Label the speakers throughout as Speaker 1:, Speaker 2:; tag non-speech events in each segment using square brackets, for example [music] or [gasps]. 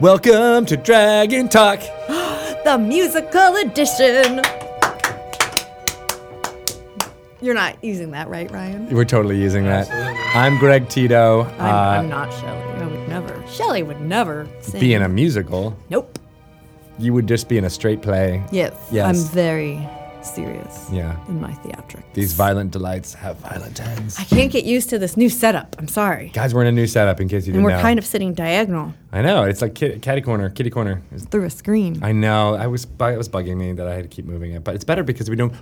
Speaker 1: Welcome to Dragon Talk.
Speaker 2: The musical edition. You're not using that, right, Ryan?
Speaker 1: We're totally using that. I'm Greg Tito.
Speaker 2: I'm, I'm
Speaker 1: Uh,
Speaker 2: not Shelly. I would never. Shelly would never sing.
Speaker 1: be in a musical.
Speaker 2: Nope.
Speaker 1: You would just be in a straight play.
Speaker 2: Yes.
Speaker 1: Yes.
Speaker 2: I'm very serious
Speaker 1: Yeah.
Speaker 2: in my theatrics.
Speaker 1: These violent delights have violent ends.
Speaker 2: I can't get used to this new setup. I'm sorry.
Speaker 1: Guys, we're in a new setup in case you
Speaker 2: And
Speaker 1: didn't
Speaker 2: we're
Speaker 1: know.
Speaker 2: kind of sitting diagonal
Speaker 1: I know. It's like kid, catty corner, kitty corner. It's-
Speaker 2: through a screen.
Speaker 1: I know. I was bu- it was bugging me that I had to keep moving it, but it's better because we don't.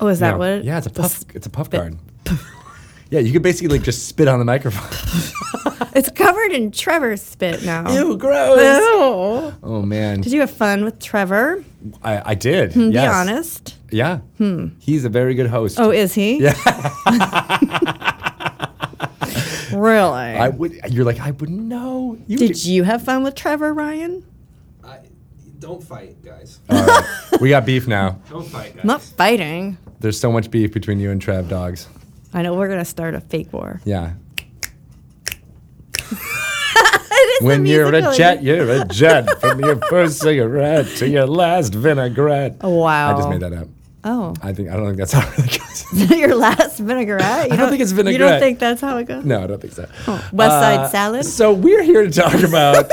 Speaker 2: oh, is
Speaker 1: no.
Speaker 2: that what?
Speaker 1: Yeah, it's a
Speaker 2: the
Speaker 1: puff.
Speaker 2: s-
Speaker 1: It's a puff guard. yeah, you could basically like just spit on the
Speaker 2: [laughs]
Speaker 1: microphone.
Speaker 2: [laughs] It's covered in Trevor's spit now.
Speaker 1: gross.
Speaker 2: Ew.
Speaker 1: Oh man,
Speaker 2: Did you have fun with Trevor?
Speaker 1: I, I did.
Speaker 2: Be
Speaker 1: yes.
Speaker 2: honest.
Speaker 1: Yeah. Hmm. He's a very good host.
Speaker 2: Oh, is he?
Speaker 1: Yeah.
Speaker 2: [laughs] really?
Speaker 1: I would. You're like I wouldn't know. You
Speaker 2: Did you have fun with Trevor, Ryan?
Speaker 3: I, don't fight, guys.
Speaker 1: [laughs] All
Speaker 2: [laughs]
Speaker 1: right. we got beef now.
Speaker 3: Don't fight, guys.
Speaker 2: I'm not fighting.
Speaker 1: There's so much beef between you and Trav Dogs.
Speaker 2: I know we're gonna start a
Speaker 1: [laughs]
Speaker 2: fake war.
Speaker 1: Yeah.
Speaker 2: It is
Speaker 1: When you're a
Speaker 2: musical.
Speaker 1: jet, you're a
Speaker 2: [laughs]
Speaker 1: jet. From your first cigarette to your last vinaigrette.
Speaker 2: Oh, wow.
Speaker 1: I just made that up.
Speaker 2: Oh, [laughs]
Speaker 1: I think I don't think that's how it really goes. [laughs]
Speaker 2: your last vinaigrette. You
Speaker 1: don't think it's
Speaker 2: You don't
Speaker 1: vinaigrette.
Speaker 2: think that's how it goes?
Speaker 1: No, I don't think so.
Speaker 2: Oh,
Speaker 1: Uh,
Speaker 2: West Side Salad?
Speaker 1: So we're here to talk
Speaker 2: [laughs]
Speaker 1: about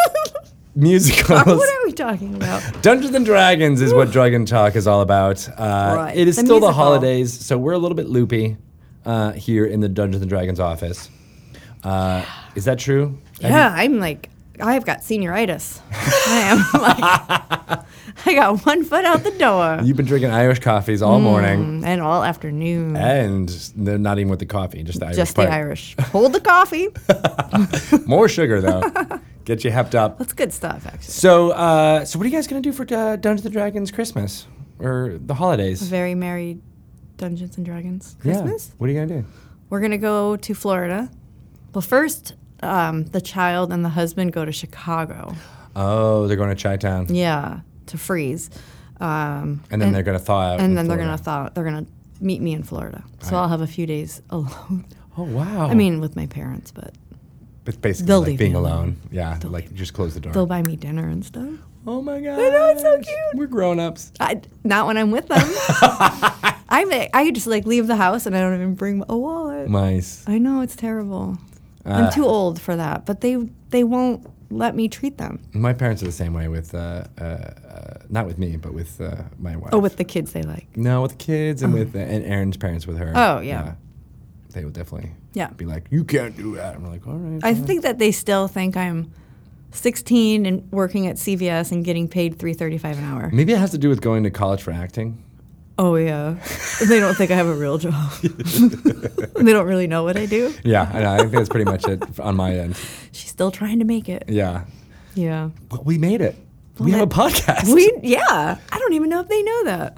Speaker 1: musicals.
Speaker 2: what are we talking
Speaker 1: [laughs]
Speaker 2: about?
Speaker 1: Dungeons and Dragons is what Dragon Talk is all about. Uh,
Speaker 2: Right.
Speaker 1: It is
Speaker 2: The
Speaker 1: still the
Speaker 2: musical.
Speaker 1: holidays, so we're a little bit loopy uh, here in the Dungeons and Dragons office. Uh, is that true? Have you-
Speaker 2: Yeah, I'm like, I've got
Speaker 1: [laughs]
Speaker 2: senioritis. I am like, I got one foot out the door
Speaker 1: You've been drinking Irish coffees
Speaker 2: Mm.
Speaker 1: all morning,
Speaker 2: and all afternoon.
Speaker 1: and they're not even with the coffee, just the Irish.
Speaker 2: Just
Speaker 1: part.
Speaker 2: the Irish. Hold the coffee.
Speaker 1: More sugar
Speaker 2: [laughs]
Speaker 1: though, get you hepped up.
Speaker 2: That's good stuff, actually.
Speaker 1: So, uh, so what are you guys gonna do for uh, Dungeons and Dragons Christmas or the holidays?
Speaker 2: Very merry Dungeons and Dragons
Speaker 1: Yeah.
Speaker 2: Christmas.
Speaker 1: What are you gonna do?
Speaker 2: We're gonna go to Florida. Well, first, um, the child and the husband go to Chicago.
Speaker 1: Oh, they're going to Chi Town,
Speaker 2: Yeah, to freeze. Um,
Speaker 1: and then they're gonna thaw out. in
Speaker 2: and then they're gonna
Speaker 1: Florida.
Speaker 2: thaw. They're gonna meet me in Florida, so I'll have a few days alone.
Speaker 1: Oh wow!
Speaker 2: I mean, with my parents, but
Speaker 1: It's basically
Speaker 2: They'll
Speaker 1: like
Speaker 2: leave
Speaker 1: being
Speaker 2: you
Speaker 1: alone. Yeah, like just close the door.
Speaker 2: they'll buy me dinner and stuff.
Speaker 1: oh my god!
Speaker 2: know, it's so cute.
Speaker 1: We're grown ups.
Speaker 2: I, not when I'm with [laughs] them. I may, I just like leave the house and I don't even bring a wallet.
Speaker 1: Nice.
Speaker 2: I know it's terrible. I'm too old for that, but they they won't let me treat them.
Speaker 1: My parents are the same way with, uh, uh, uh, not with me, but with uh, my wife.
Speaker 2: Oh, with the kids they like.
Speaker 1: no, with the kids and with uh, and Aaron's parents with her.
Speaker 2: Oh, yeah.
Speaker 1: They will definitely
Speaker 2: Yeah.
Speaker 1: be like, you can't do that. I'm like, all right.
Speaker 2: I think that they still think I'm 16 and working at CVS and getting paid 3.35 an hour.
Speaker 1: Maybe it has to do with going to college for acting.
Speaker 2: Oh yeah, they don't think I have a real job. [laughs] they don't really know what I do.
Speaker 1: Yeah, I know. I think that's pretty much it
Speaker 2: [laughs]
Speaker 1: f- on my end.
Speaker 2: She's still trying to make it.
Speaker 1: Yeah.
Speaker 2: Yeah.
Speaker 1: But we made it. we have a podcast.
Speaker 2: We yeah. I don't even know if they know that.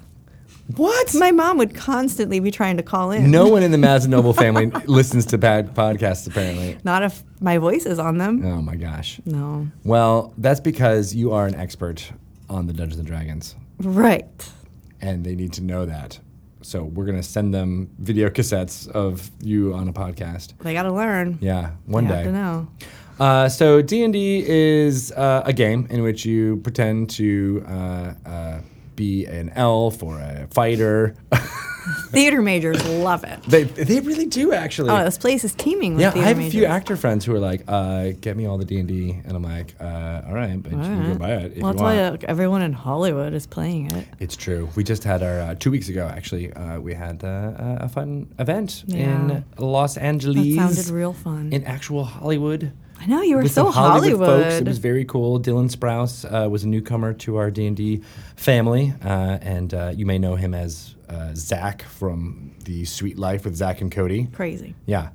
Speaker 1: what?
Speaker 2: My mom would constantly be trying to call in.
Speaker 1: no one in the Mazenoble
Speaker 2: [laughs]
Speaker 1: family listens to bad podcasts, apparently.
Speaker 2: Not if my voice is on them.
Speaker 1: Oh my gosh.
Speaker 2: No.
Speaker 1: Well, that's because you are an expert on the Dungeons and Dragons,
Speaker 2: Right.
Speaker 1: and they need to know that. So we're gonna send them video cassettes of you on a podcast.
Speaker 2: They got to learn.
Speaker 1: Yeah, one
Speaker 2: They
Speaker 1: day.
Speaker 2: have to know.
Speaker 1: Uh, so D and D is uh, a game in which you pretend to uh, uh, be an elf or a fighter. [laughs]
Speaker 2: Theater majors love it.
Speaker 1: they they really do actually.
Speaker 2: Oh, this place is teeming with
Speaker 1: yeah, I
Speaker 2: theater
Speaker 1: have a
Speaker 2: majors.
Speaker 1: few actor friends who are like, uh, "Get me all the D and D," and I'm like, uh, "All right, but you can go
Speaker 2: Alright.
Speaker 1: buy it if
Speaker 2: well,
Speaker 1: you
Speaker 2: that's
Speaker 1: want."
Speaker 2: why like, everyone in Hollywood is playing it.
Speaker 1: It's true. We just had our uh, two weeks ago. Actually, uh, we had uh, a a fun event in Los
Speaker 2: That
Speaker 1: Angeles.
Speaker 2: sounded real fun.
Speaker 1: In actual Hollywood,
Speaker 2: I know you were
Speaker 1: with
Speaker 2: so
Speaker 1: some
Speaker 2: Hollywood.
Speaker 1: folks. It was very cool. Dylan Sprouse uh, was a newcomer to our D and D family, uh, and uh, you may know him as uh, Zach from the Sweet Life with Zach and Cody.
Speaker 2: Crazy.
Speaker 1: Yeah,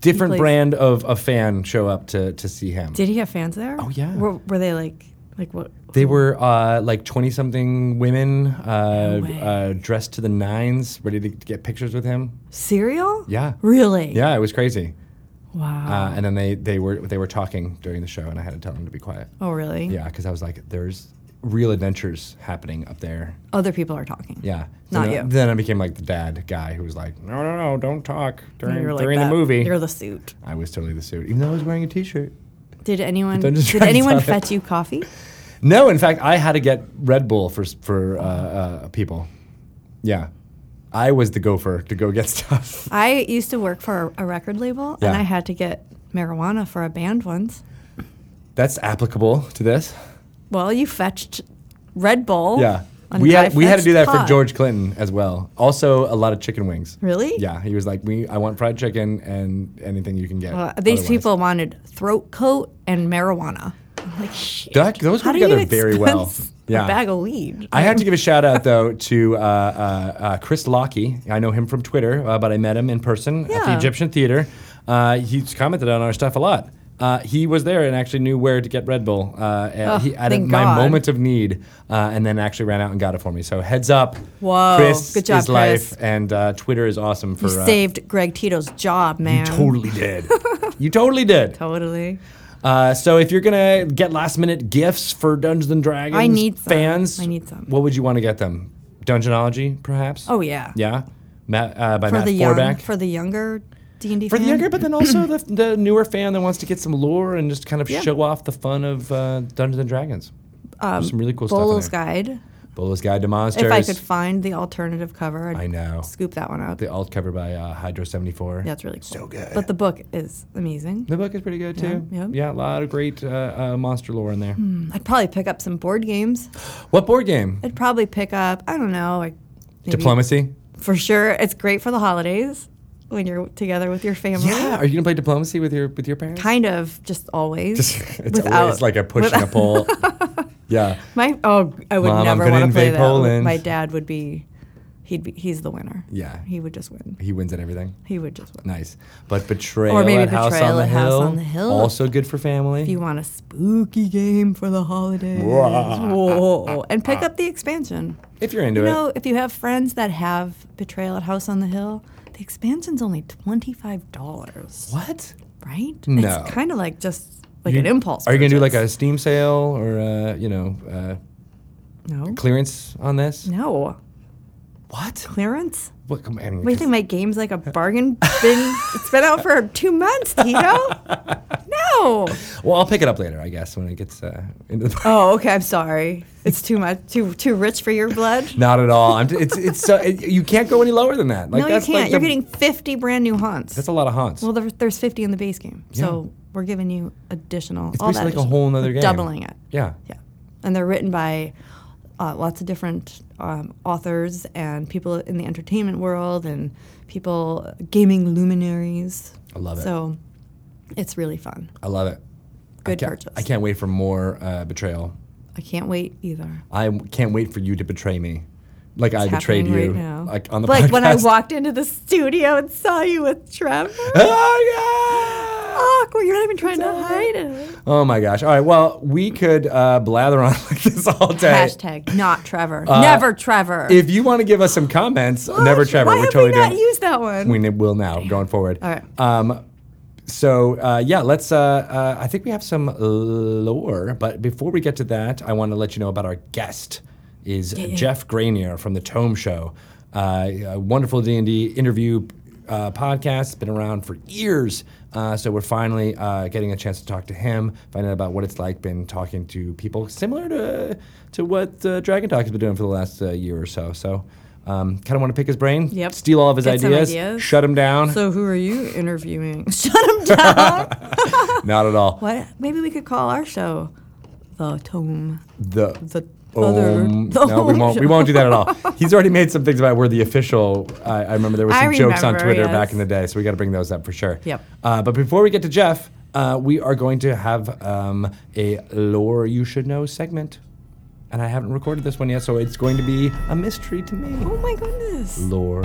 Speaker 1: different
Speaker 2: plays-
Speaker 1: brand of a fan show up to to see him.
Speaker 2: Did he have fans there? Oh
Speaker 1: yeah.
Speaker 2: Were, were they like like what?
Speaker 1: They were uh, like 20 something women uh,
Speaker 2: way.
Speaker 1: uh, dressed to the nines, ready to get pictures with him.
Speaker 2: Cereal?
Speaker 1: Yeah.
Speaker 2: Really?
Speaker 1: Yeah, it was crazy.
Speaker 2: Wow.
Speaker 1: Uh, and then they, they were they were talking during the show, and I had to tell them to be quiet.
Speaker 2: oh, really?
Speaker 1: Yeah, because I was like, there's real adventures happening up there.
Speaker 2: Other people are talking.
Speaker 1: Yeah. then,
Speaker 2: Not
Speaker 1: I-
Speaker 2: you.
Speaker 1: Then I became like the dad guy who was like, no, no, no, don't talk
Speaker 2: And
Speaker 1: during,
Speaker 2: you're like
Speaker 1: during
Speaker 2: that-
Speaker 1: the movie.
Speaker 2: You're the suit.
Speaker 1: I was totally the suit, even though I was wearing a t shirt.
Speaker 2: Did anyone
Speaker 1: Don't just
Speaker 2: did
Speaker 1: try and
Speaker 2: anyone
Speaker 1: sell [laughs] it.
Speaker 2: fetch you coffee?
Speaker 1: No, in fact, I had to get Red Bull for s- for uh, uh, people. Yeah, I was the gopher to go get [laughs] stuff.
Speaker 2: I used to work for a record label
Speaker 1: Yeah.
Speaker 2: and I had to get marijuana for a band once.
Speaker 1: That's applicable to this.
Speaker 2: Well, you fetched Red Bull.
Speaker 1: Yeah,
Speaker 2: and
Speaker 1: we
Speaker 2: I
Speaker 1: had we had to
Speaker 2: fetched
Speaker 1: do that for
Speaker 2: pot.
Speaker 1: George Clinton as well. Also, a lot of chicken wings.
Speaker 2: Really?
Speaker 1: Yeah, he was like, "We, I want fried chicken and anything you can get."
Speaker 2: Well, Uh, these
Speaker 1: otherwise."
Speaker 2: people wanted throat coat and marijuana. I'm like, shit.
Speaker 1: That- those go
Speaker 2: How do you
Speaker 1: together very well.
Speaker 2: expense
Speaker 1: Yeah.
Speaker 2: A bag of weed.
Speaker 1: I have to give a shout out though to uh, uh, uh, Chris Lockie. I know him from Twitter, uh, but I met him in person at the
Speaker 2: Yeah.
Speaker 1: Egyptian Theater. Uh, he's commented on our stuff a lot. Uh, he was there and actually knew where to get Red Bull uh, and
Speaker 2: Oh,
Speaker 1: he, at
Speaker 2: thank
Speaker 1: my
Speaker 2: God.
Speaker 1: moment of need, uh, and then actually ran out and got it for me. So heads up,
Speaker 2: Whoa.
Speaker 1: Chris
Speaker 2: Good job,
Speaker 1: is life,
Speaker 2: Chris.
Speaker 1: and uh, Twitter is awesome for
Speaker 2: you
Speaker 1: uh,
Speaker 2: saved Greg Tito's job, man.
Speaker 1: Totally did.
Speaker 2: [laughs]
Speaker 1: you totally did.
Speaker 2: Totally.
Speaker 1: Uh, so if you're gonna get last minute gifts for Dungeons and Dragons,
Speaker 2: I need some.
Speaker 1: fans.
Speaker 2: I need some.
Speaker 1: What would you want to get them? Dungeonology, perhaps.
Speaker 2: Oh yeah.
Speaker 1: yeah. Matt uh, by
Speaker 2: For
Speaker 1: Matt
Speaker 2: the young,
Speaker 1: Forback.
Speaker 2: for the younger D and D.
Speaker 1: For the younger, but then also
Speaker 2: [clears throat]
Speaker 1: the, the newer fan that wants to get some lore and just kind of
Speaker 2: Yeah.
Speaker 1: show off the fun of uh, Dungeons and Dragons. There's some really cool
Speaker 2: Bolo's
Speaker 1: stuff. in there.
Speaker 2: Guide.
Speaker 1: Bolo's Guide to Monsters.
Speaker 2: If I could find the alternative cover, I'd
Speaker 1: I know
Speaker 2: scoop that one up.
Speaker 1: the alt cover by uh, Hydro seventy four.
Speaker 2: That's really cool. So
Speaker 1: good.
Speaker 2: But the book is amazing.
Speaker 1: The book is pretty good too.
Speaker 2: Yeah, Hmm. yeah.
Speaker 1: a lot of great uh, uh, monster lore in there.
Speaker 2: I'd probably pick up some board games.
Speaker 1: What board game?
Speaker 2: I'd probably pick up, I don't know, like maybe-
Speaker 1: Diplomacy.
Speaker 2: For sure. It's great for the holidays when you're together with your family.
Speaker 1: Yeah, are you gonna play diplomacy with your with your parents?
Speaker 2: Kind of, just always.
Speaker 1: [laughs] it's always like a push
Speaker 2: [laughs]
Speaker 1: and a
Speaker 2: without-
Speaker 1: pull. yeah,
Speaker 2: My oh, I would
Speaker 1: Mom, I'm
Speaker 2: never
Speaker 1: gonna
Speaker 2: want to play
Speaker 1: invade
Speaker 2: that.
Speaker 1: Poland.
Speaker 2: My dad would be, he'd be, he's the winner.
Speaker 1: Yeah.
Speaker 2: he would just win.
Speaker 1: he wins at everything.
Speaker 2: He would just win.
Speaker 1: Nice, but betrayal
Speaker 2: Or maybe
Speaker 1: at, House,
Speaker 2: Betrayal
Speaker 1: on the
Speaker 2: at House
Speaker 1: Hill,
Speaker 2: on the Hill.
Speaker 1: also good for
Speaker 2: If
Speaker 1: family.
Speaker 2: you want a spooky game for the holidays, whoa, and pick up the expansion.
Speaker 1: If you're into
Speaker 2: You
Speaker 1: it,
Speaker 2: know, if you have friends that have Betrayal at House on the Hill, the expansion's only twenty five dollars,
Speaker 1: what
Speaker 2: right?
Speaker 1: No.
Speaker 2: it's kind of like just like
Speaker 1: You-
Speaker 2: an impulse.
Speaker 1: Are you gonna do like a
Speaker 2: purchase.
Speaker 1: Steam sale or uh, you know
Speaker 2: no,
Speaker 1: uh, clearance on this?
Speaker 2: no
Speaker 1: What?
Speaker 2: clearance?
Speaker 1: What? come- I mean,
Speaker 2: What do you think my game's like a bargain bin? it's been out for two months, Tito. No.
Speaker 1: [laughs] well, I'll pick it up later, I guess, when it gets uh, into the. [laughs]
Speaker 2: Oh, okay. I'm sorry. It's too much, too too rich for your blood.
Speaker 1: Not at all. I'm t- it's it's so it, you can't go any lower than that. [laughs] Like,
Speaker 2: no, you
Speaker 1: that's
Speaker 2: can't.
Speaker 1: Like
Speaker 2: You're
Speaker 1: the-
Speaker 2: getting 50 brand new haunts.
Speaker 1: That's a lot of haunts.
Speaker 2: well, there, there's 50 in the base game, so we're giving you additional.
Speaker 1: it's
Speaker 2: all
Speaker 1: basically like
Speaker 2: that
Speaker 1: a
Speaker 2: addition-
Speaker 1: whole nother game.
Speaker 2: Doubling it.
Speaker 1: Yeah.
Speaker 2: Yeah, and they're written by uh, lots of different um, authors and people in the entertainment world and people gaming luminaries.
Speaker 1: I love it.
Speaker 2: So it's really fun.
Speaker 1: I love it.
Speaker 2: Good
Speaker 1: I can't,
Speaker 2: purchase.
Speaker 1: I can't wait for more uh, betrayal.
Speaker 2: I can't wait either.
Speaker 1: I w- can't wait for you to betray me, like I
Speaker 2: It's
Speaker 1: betrayed
Speaker 2: happening
Speaker 1: you,
Speaker 2: right now.
Speaker 1: like on the
Speaker 2: like
Speaker 1: podcast.
Speaker 2: when I walked into the studio and saw you with Trevor.
Speaker 1: [laughs] Oh,
Speaker 2: Awkward. You're not even trying to hide it.
Speaker 1: yeah. Oh my gosh! All right, well we could uh, blather on [laughs] like this all day.
Speaker 2: Hashtag not Trevor. Never Trevor.
Speaker 1: If you want to give us some comments,
Speaker 2: What?
Speaker 1: never Trevor.
Speaker 2: Why
Speaker 1: we're
Speaker 2: have
Speaker 1: totally
Speaker 2: we not
Speaker 1: doing.
Speaker 2: used that one?
Speaker 1: we n- will now going forward.
Speaker 2: All right.
Speaker 1: Um, so uh, yeah, let's. Uh, uh, I think we have some lore, but before we get to that, I want to let you know about our guest. Is Jeff Granier from the Tome Show, uh, a wonderful D and D interview uh, podcast. Been around for years, uh, so we're finally uh, getting a chance to talk to him, find out about what it's like been talking to people similar to to what uh, Dragon Talk has been doing for the last uh, year or so. So. Um, kind of want to pick his brain,
Speaker 2: Yep.
Speaker 1: steal all of his
Speaker 2: Get some
Speaker 1: ideas,
Speaker 2: ideas.
Speaker 1: shut him down.
Speaker 2: so who are you interviewing? [laughs] Shut him down.
Speaker 1: [laughs] Not at all.
Speaker 2: [laughs] what? Maybe we could call our show the Tome.
Speaker 1: The
Speaker 2: The other.
Speaker 1: um,
Speaker 2: the
Speaker 1: no,
Speaker 2: [laughs]
Speaker 1: we
Speaker 2: Tome
Speaker 1: won't. We
Speaker 2: Show.
Speaker 1: won't do that at all. He's already made some things about we're the official. I, I remember there was
Speaker 2: I
Speaker 1: some jokes on
Speaker 2: remember,
Speaker 1: Twitter back
Speaker 2: yes.
Speaker 1: in the day, so we got to bring those up for sure.
Speaker 2: Yep.
Speaker 1: Uh, but before we get to Jeff, uh, we are going to have um, a lore you should know segment, and I haven't recorded this one yet, so it's going to be a mystery to me.
Speaker 2: Oh my goodness.
Speaker 1: Lore.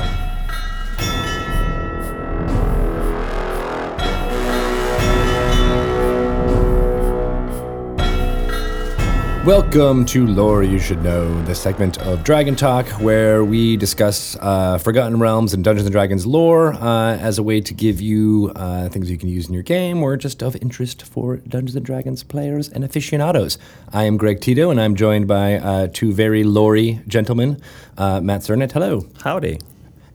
Speaker 1: Welcome to Lore You Should Know, the segment of Dragon Talk where we discuss uh, Forgotten Realms and Dungeons and Dragons lore uh, as a way to give you uh, things you can use in your game or just of interest for Dungeons and Dragons players and aficionados. I am Greg Tito, and I'm joined by uh, two very lorey gentlemen, uh, Matt Cernet. Hello.
Speaker 4: Howdy.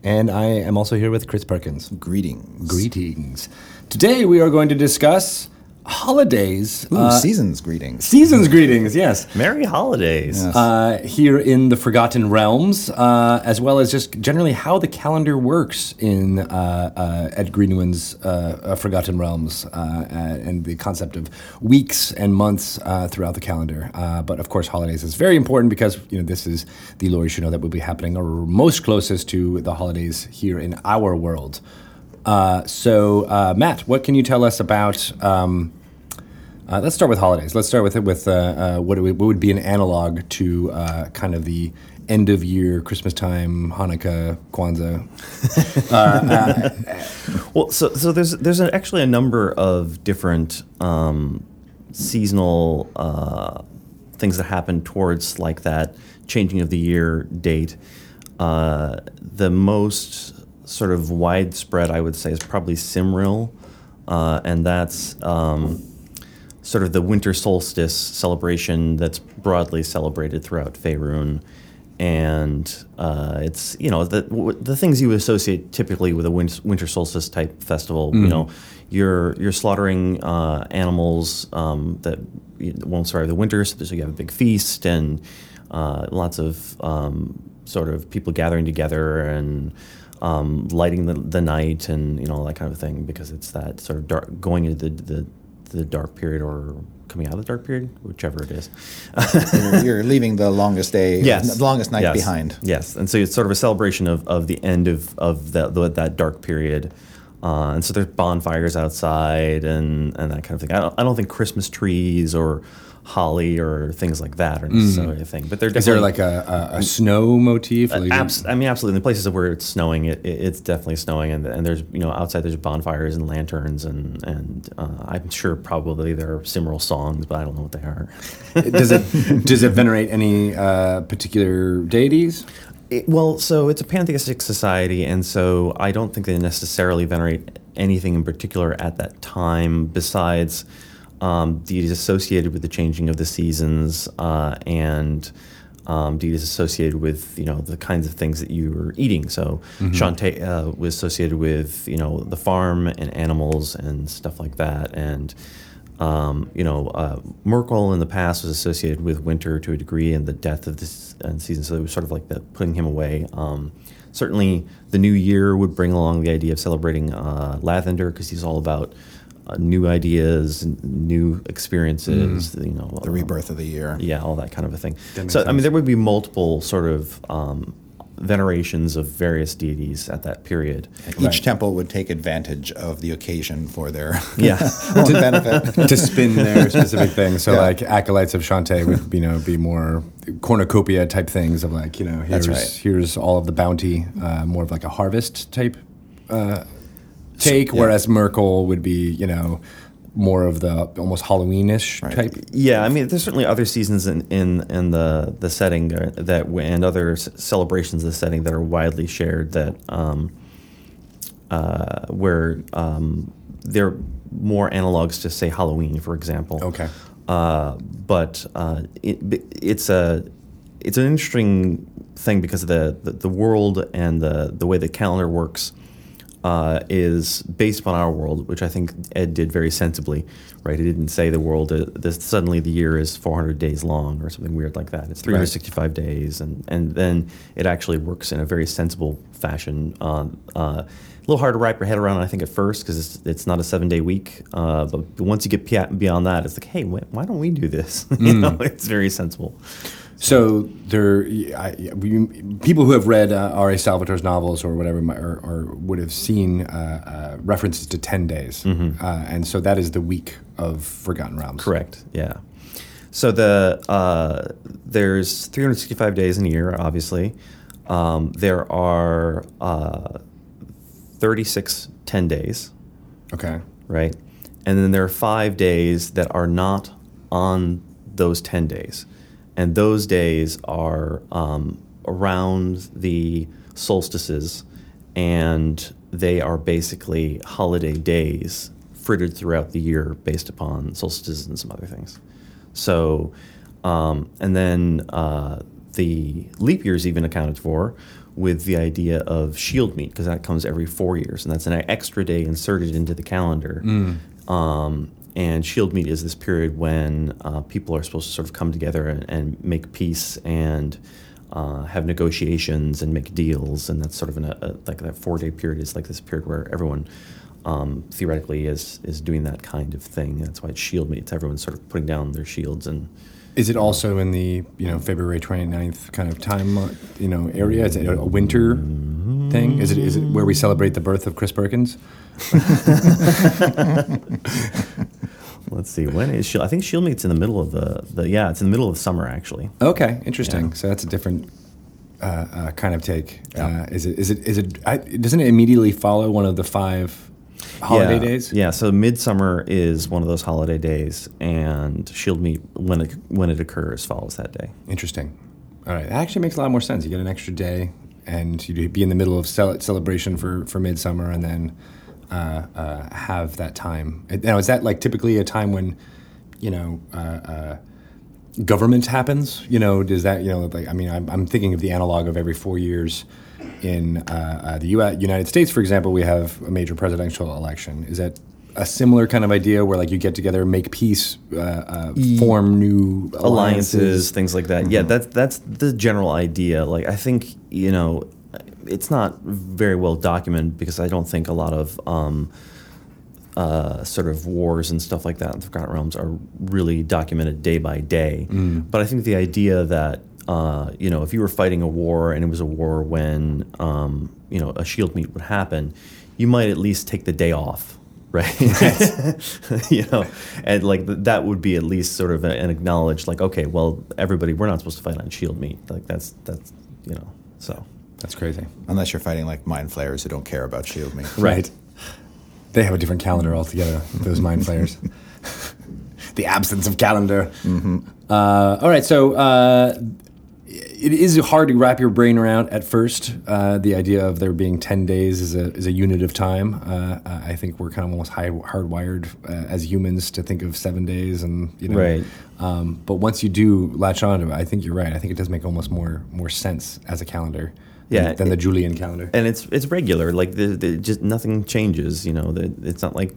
Speaker 1: And I am also here with Chris Perkins.
Speaker 4: Greetings.
Speaker 1: Greetings. Today we are going to discuss holidays.
Speaker 4: Ooh,
Speaker 1: uh,
Speaker 4: season's greetings.
Speaker 1: season's greetings, yes.
Speaker 5: Merry holidays.
Speaker 1: Uh, here in the Forgotten Realms, uh, as well as just generally how the calendar works in uh, uh, Ed Greenwin's uh, uh, Forgotten Realms uh, uh, and the concept of weeks and months uh, throughout the calendar. Uh, but of course, holidays is very important because you know this is the lore you should know that will be happening or most closest to the holidays here in our world. Uh, so, uh, Matt, what can you tell us about? Um, uh, let's start with holidays. Let's start with with uh, uh, what, would- what would be an analog to uh, kind of the end of year, Christmas time, Hanukkah, Kwanzaa.
Speaker 5: Well, so so there's there's an, actually a number of different um, seasonal uh, things that happen towards like that changing of the year date. Uh, the most sort of widespread, I would say, is probably Simril, uh, and that's um, sort of the winter solstice celebration that's broadly celebrated throughout Faerun. And uh, it's you know the w- the things you associate typically with a win- winter solstice type festival. You know, you're you're slaughtering uh, animals um, that y- won't survive the winter, so you have a big feast and uh, lots of um, sort of people gathering together and um, lighting the, the night and you know that kind of thing because it's that sort of dark going into the, the the dark period or coming out of the dark period, whichever it is.
Speaker 4: [laughs] You're- You're leaving the longest day, the longest night
Speaker 5: Yes.
Speaker 4: behind.
Speaker 5: Yes, and so it's sort of a celebration of, of the end of of that the, that dark period, uh, and so there's bonfires outside and and that kind of thing. I don't, I don't think Christmas trees or holly or things like that are
Speaker 4: Mm.
Speaker 5: necessarily a thing, but they're definitely
Speaker 1: Is there like a, a, a snow motif? Like-
Speaker 5: Uh, Abs- I mean, absolutely. In the places where it's snowing, it, it, it's definitely snowing, and, and there's you know outside there's bonfires and lanterns, and and uh, I'm sure probably there are Simril songs, but I don't know what they are.
Speaker 1: does it does it venerate any uh, particular deities?
Speaker 5: It- well, so it's a pantheistic society, and so I don't think they necessarily venerate anything in particular at that time besides um, deities associated with the changing of the seasons uh, and um, deities associated with you know the kinds of things that you were eating. So Shantae uh, was associated with you know the farm and animals and stuff like that, and um, you know, uh, Merkel in the past was associated with winter to a degree and the death of this uh, season, so it was sort of like the putting him away. Um, certainly, the new year would bring along the idea of celebrating uh, Lavender because he's all about uh, new ideas, n- new experiences, you know,
Speaker 4: Mm-hmm.
Speaker 5: um,
Speaker 4: The rebirth of the year.
Speaker 5: yeah, all that kind of a thing. So, I mean, there would be multiple sort of um, venerations of various deities at that period.
Speaker 4: Each temple would take advantage of the occasion for their [laughs]
Speaker 5: Yeah.
Speaker 4: own benefit. [laughs]
Speaker 1: to spin their specific things. So
Speaker 4: Yeah.
Speaker 1: like acolytes of Shantae would you know be more cornucopia type things of like you know here's
Speaker 4: That's right.
Speaker 1: here's all of the bounty, uh, more of like a harvest type uh, take. Whereas Merkel would be you know more of the almost Halloweenish type.
Speaker 5: Yeah, I mean, there's certainly other seasons in in, in the the setting uh, that w- and other s- celebrations of the setting that are widely shared that um, uh, where um, they're more analogs to say Halloween, for example.
Speaker 1: Okay.
Speaker 5: Uh, but uh, it, b- it's a it's an interesting thing because the, the the world and the the way the calendar works uh, is based upon our world, which I think Ed did very sensibly, right? He didn't say the world, uh, this, suddenly the year is 400 days long or something weird like that. It's 365 days, and, and then it actually works in a very sensible fashion. Um, uh, a little hard to wrap your head around, I think, at first, because it's, it's not a seven day week. Uh, but once you get pi- beyond that, it's like, hey, wh- why don't we do this? [laughs] you know, it's very sensible.
Speaker 1: So there, I, we, people who have read uh, R.A. Salvatore's novels or whatever, mi- or, or would have seen uh, uh, references to ten days,
Speaker 4: Mm-hmm.
Speaker 1: uh, and so that is the week of Forgotten Realms.
Speaker 5: Correct. Yeah. So the uh, there's 365 days in a year. Obviously, um, there are uh, 36 10 days,
Speaker 1: Okay.
Speaker 5: right? And then there are five days that are not on those 10 days, and those days are um, around the solstices, and they are basically holiday days frittered throughout the year based upon solstices and some other things. So, um, and then uh, the leap year is even accounted for with the idea of shield meat because that comes every four years, and that's an extra day inserted into the calendar. Um, And Shield Meet is this period when uh, people are supposed to sort of come together and, and make peace and uh, have negotiations and make deals. And that's sort of an, a, like that four day period is like this period where everyone um, theoretically is is doing that kind of thing. That's why it's Shield Meet. It's everyone sort of putting down their shields and.
Speaker 1: Is it also in the you know February 29th kind of time uh, you know area? Is it a winter thing? Is it is it where we celebrate the birth of Chris Perkins?
Speaker 5: Let's see. When is Shield? I think Shield Meet's in the middle of the, the yeah. It's in the middle of summer actually.
Speaker 1: Okay, interesting. So that's a different uh, uh, kind of take. Uh, is it is it is it? I, doesn't it immediately follow one of the five holiday
Speaker 5: yeah.
Speaker 1: days?
Speaker 5: Yeah, so midsummer is one of those holiday days, and Shield Meet when it when it occurs follows that day.
Speaker 1: Interesting. All right, that actually makes a lot more sense. You get an extra day, and you'd be in the middle of cel- celebration for for midsummer, and then uh, uh, have that time. And Now, is that like typically a time when you know? Uh, uh, government happens you know does that you know like i mean i'm, I'm thinking of the analog of every four years in uh, uh, the US, united states for example we have a major presidential election is that a similar kind of idea where like you get together make peace uh, uh, form new
Speaker 5: alliances,
Speaker 1: alliances
Speaker 5: things like that. Yeah, that's that's the general idea. Like I think you know, it's not very well documented because I don't think a lot of um, uh, sort of wars and stuff like that in the Forgotten Realms are really documented day by day. But I think the idea that uh, you know, if you were fighting a war and it was a war when um, you know a shield meet would happen, you might at least take the day off. [laughs] Right, [laughs] you know, and like th- that would be at least sort of a- an acknowledged, like, okay, well, everybody, we're not supposed to fight on shield meet. Like that's that's you know, so
Speaker 1: that's crazy
Speaker 4: Unless you're fighting like mind flayers who don't care about shield me.
Speaker 1: Right. They have a different calendar altogether, those mind
Speaker 5: [laughs]
Speaker 1: flayers. the absence of calendar.
Speaker 5: Mm-hmm.
Speaker 1: Uh, all right, so uh, it is hard to wrap your brain around at first. Uh, the idea of there being 10 days is a, is a unit of time. Uh, I I think we're kind of almost high, hardwired uh, as humans to think of seven days and, you know.
Speaker 5: Right.
Speaker 1: Um, but once you do latch on to it, I think you're right. I think it does make almost more, more sense as a calendar than-
Speaker 5: Yeah,
Speaker 1: than the Julian calendar.
Speaker 5: and it's it's regular. Like the, the just nothing changes. You know, the, it's not like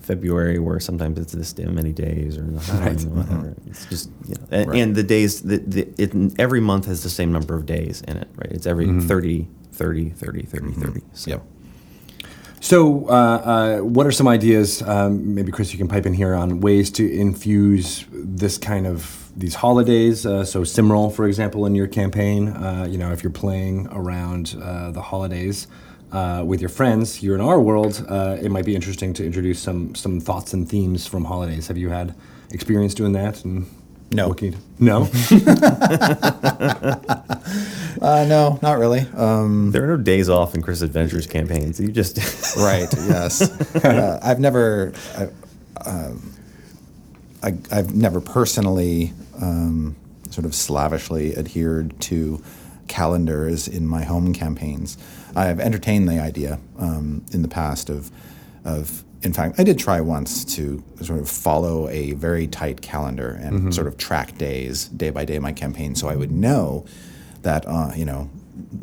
Speaker 5: February where sometimes it's this day, many days or nothing,
Speaker 1: Right.
Speaker 5: whatever. It's just you know, and, and the days the, the it, every month has the same number of days in it, right? It's every 30, 30, 30, 30, 30. So.
Speaker 4: Yep.
Speaker 1: So, uh, uh, what are some ideas? Um, maybe Chris, you can pipe in here on ways to infuse this kind of these holidays. Uh, so, Simrol, for example, in your campaign, uh, you know, if you're playing around uh, the holidays. Uh, with your friends here in our world, uh, it might be interesting to introduce some some thoughts and themes from holidays. Have you had experience doing that? And
Speaker 4: No.
Speaker 1: what can you- no.
Speaker 4: Uh, no, not really. Um,
Speaker 5: There are no days off in Chris Adventures campaigns. You just [laughs]
Speaker 4: right. [laughs] Yes. Uh, I've never. I, um, I, I've never personally um, sort of slavishly adhered to calendars in my home campaigns. I have entertained the idea um, in the past of, of. In fact, I did try once to sort of follow a very tight calendar and sort of track days day by day of my campaign, so I would know that uh, you know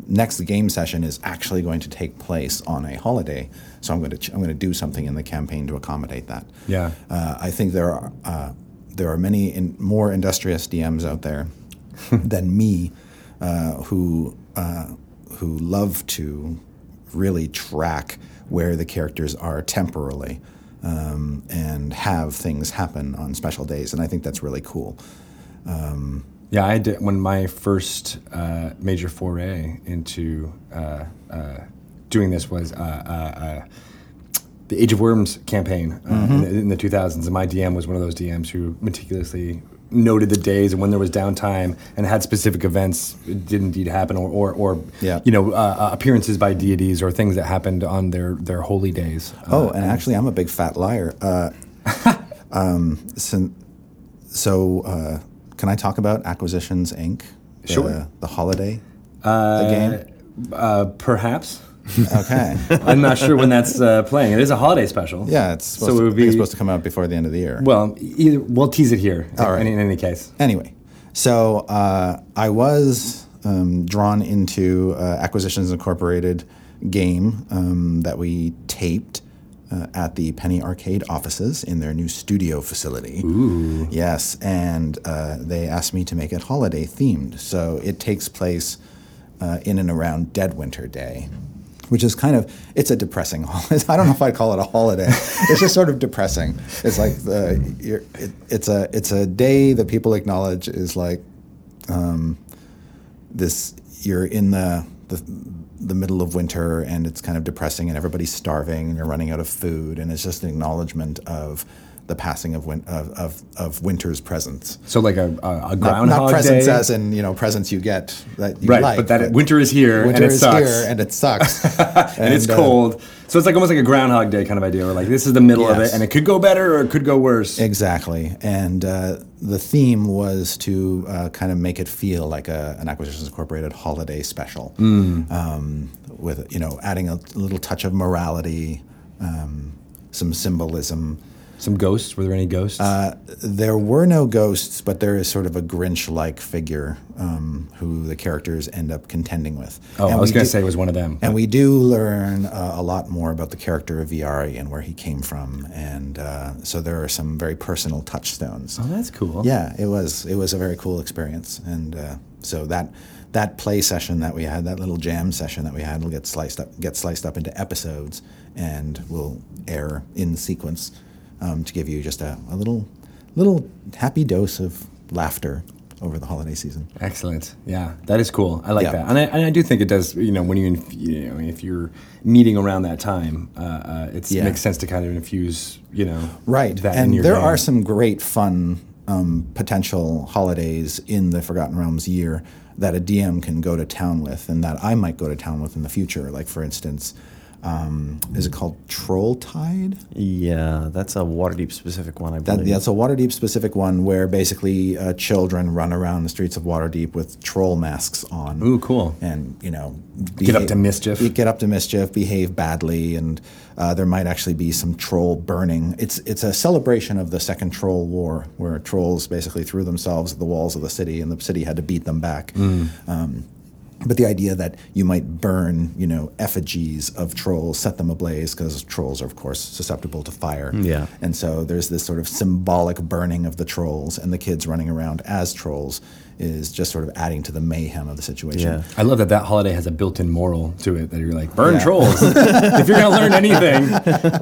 Speaker 4: next game session is actually going to take place on a holiday, so I'm going to ch- I'm going to do something in the campaign to accommodate that.
Speaker 1: Yeah.
Speaker 4: uh, I think there are uh, there are many in, more industrious DMs out [laughs] there than me uh, who uh, who love to really track where the characters are temporally um, and have things happen on special days, and I think that's really cool.
Speaker 1: Yeah, I did when my first uh, major foray into uh, uh, doing this was uh, uh, uh, the Age of Worms campaign uh,
Speaker 4: Mm-hmm.
Speaker 1: in, the, in the 2000s, and my DM was one of those DMs who meticulously noted the days and when there was downtime and had specific events that did indeed happen or or, or
Speaker 4: Yeah.
Speaker 1: you know uh, uh, appearances by deities or things that happened on their their holy days.
Speaker 4: Oh, and actually, I'm a big fat liar. [laughs] Uh, um, sin- so, uh, can I talk about Acquisitions Inc? The,
Speaker 1: Sure.
Speaker 4: The holiday, uh, the [laughs] game.
Speaker 1: Uh, perhaps
Speaker 4: Okay.
Speaker 1: I'm not sure when that's uh, playing. It is a holiday special.
Speaker 4: yeah, it's supposed,
Speaker 1: so it
Speaker 4: to, I
Speaker 1: would
Speaker 4: think
Speaker 1: be
Speaker 4: it's supposed to come out before the end of the year.
Speaker 1: Well, either, we'll tease it here.
Speaker 4: All right.
Speaker 1: In, in any case,
Speaker 4: anyway, so uh, I was um, drawn into uh, Acquisitions Incorporated game um, that we taped uh, at the Penny Arcade offices in their new studio facility. Yes, and uh, they asked me to make it holiday themed. So it takes place uh, in and around Dead Winter Day, which is kind of it's a depressing [laughs] holiday. I don't know if I'd call it a holiday. it's just sort of depressing. It's like the you're, it, it's a it's a day that people acknowledge is like this you're in the, the the middle of winter and it's kind of depressing and everybody's starving and you're running out of food and it's just an acknowledgement of the passing of win- of, of of winter's presence.
Speaker 1: So like a, a, a
Speaker 4: Not,
Speaker 1: groundhog
Speaker 4: not presents
Speaker 1: day.
Speaker 4: as in you know presents you get that you
Speaker 1: right,
Speaker 4: like,
Speaker 1: but that winter is here and
Speaker 4: winter
Speaker 1: it
Speaker 4: is
Speaker 1: sucks.
Speaker 4: here and it sucks
Speaker 1: [laughs]
Speaker 4: and,
Speaker 1: and it's
Speaker 4: uh,
Speaker 1: cold. So it's like almost like a Groundhog Day kind of idea. Where like this is the middle of
Speaker 4: Yes.
Speaker 1: it, and it could go better or it could go worse.
Speaker 4: Exactly. And uh, the theme was to uh, kind of make it feel like a, an Acquisitions Incorporated holiday special,
Speaker 1: Hmm.
Speaker 4: um, with you know adding a little touch of morality, um, some symbolism.
Speaker 1: Some ghosts. Were there any ghosts?
Speaker 4: uh, There were no ghosts, but there is sort of a Grinch-like figure um, who the characters end up contending with.
Speaker 1: oh, I
Speaker 4: And
Speaker 1: was
Speaker 4: we
Speaker 1: going
Speaker 4: do-
Speaker 1: to say it was one of them.
Speaker 4: and we do learn uh, a lot more about the character of Viari and where he came from, and uh, so there are some very personal touchstones.
Speaker 1: oh, that's cool.
Speaker 4: Yeah, it was it was a very cool experience, and uh, so that that play session that we had, that little jam session that we had, will get sliced up get sliced up into episodes, and will air in sequence um, to give you just a, a little little happy dose of laughter over the holiday season.
Speaker 1: Excellent. Yeah, that is cool. I like
Speaker 4: Yeah.
Speaker 1: that, and I, and I do think it does. You know, when you, inf- you know, if you're meeting around that time, uh, uh, it
Speaker 4: Yeah.
Speaker 1: makes sense to kind of infuse. You know,
Speaker 4: Right.
Speaker 1: That in
Speaker 4: and
Speaker 1: your
Speaker 4: there
Speaker 1: game.
Speaker 4: are some great fun um, potential holidays in the Forgotten Realms year that a DM can go to town with and that I might go to town with in the future. Like, for instance, um, is it called Troll Tide?
Speaker 5: Yeah, that's a Waterdeep specific one, I believe.
Speaker 4: That, that's a Waterdeep specific one where basically uh, children run around the streets of Waterdeep with troll masks on
Speaker 1: Ooh, cool.
Speaker 4: and you know
Speaker 1: Get up to mischief.
Speaker 4: you get up to mischief behave badly and uh, there might actually be some troll burning it's it's a celebration of the second troll war where trolls basically threw themselves at the walls of the city and the city had to beat them back
Speaker 1: Mm.
Speaker 4: um, but the idea that you might burn, you know, effigies of trolls, set them ablaze, because trolls are, of course, susceptible to fire.
Speaker 1: Mm,
Speaker 5: Yeah.
Speaker 4: And so there's this sort of symbolic burning of the trolls, and the kids running around as trolls is just sort of adding to the mayhem of the situation.
Speaker 5: Yeah.
Speaker 1: I love that that holiday has a built-in moral to it that you're like burn [laughs] trolls. if you're gonna learn anything,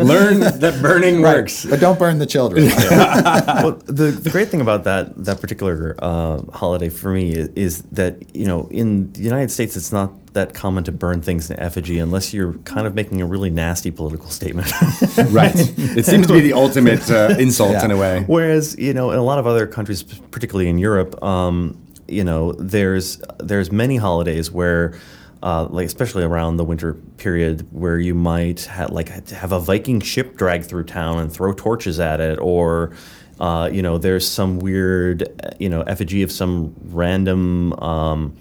Speaker 1: learn that burning works.
Speaker 4: But don't burn the children.
Speaker 5: well, Ah, the, the great thing about that that particular uh, holiday for me is, is that you know in the United States it's not that common to burn things in effigy unless you're kind of making a really nasty political statement. [laughs]
Speaker 1: Right. It seems to be the ultimate [laughs] uh, insult in a way.
Speaker 5: Whereas you know, in a lot of other countries, p- particularly in Europe, um, you know, there's there's many holidays where. Uh, like especially around the winter period, where you might ha- like ha- have a Viking ship drag through town and throw torches at it, or uh, you know, there's some weird, uh, you know, effigy of some random um,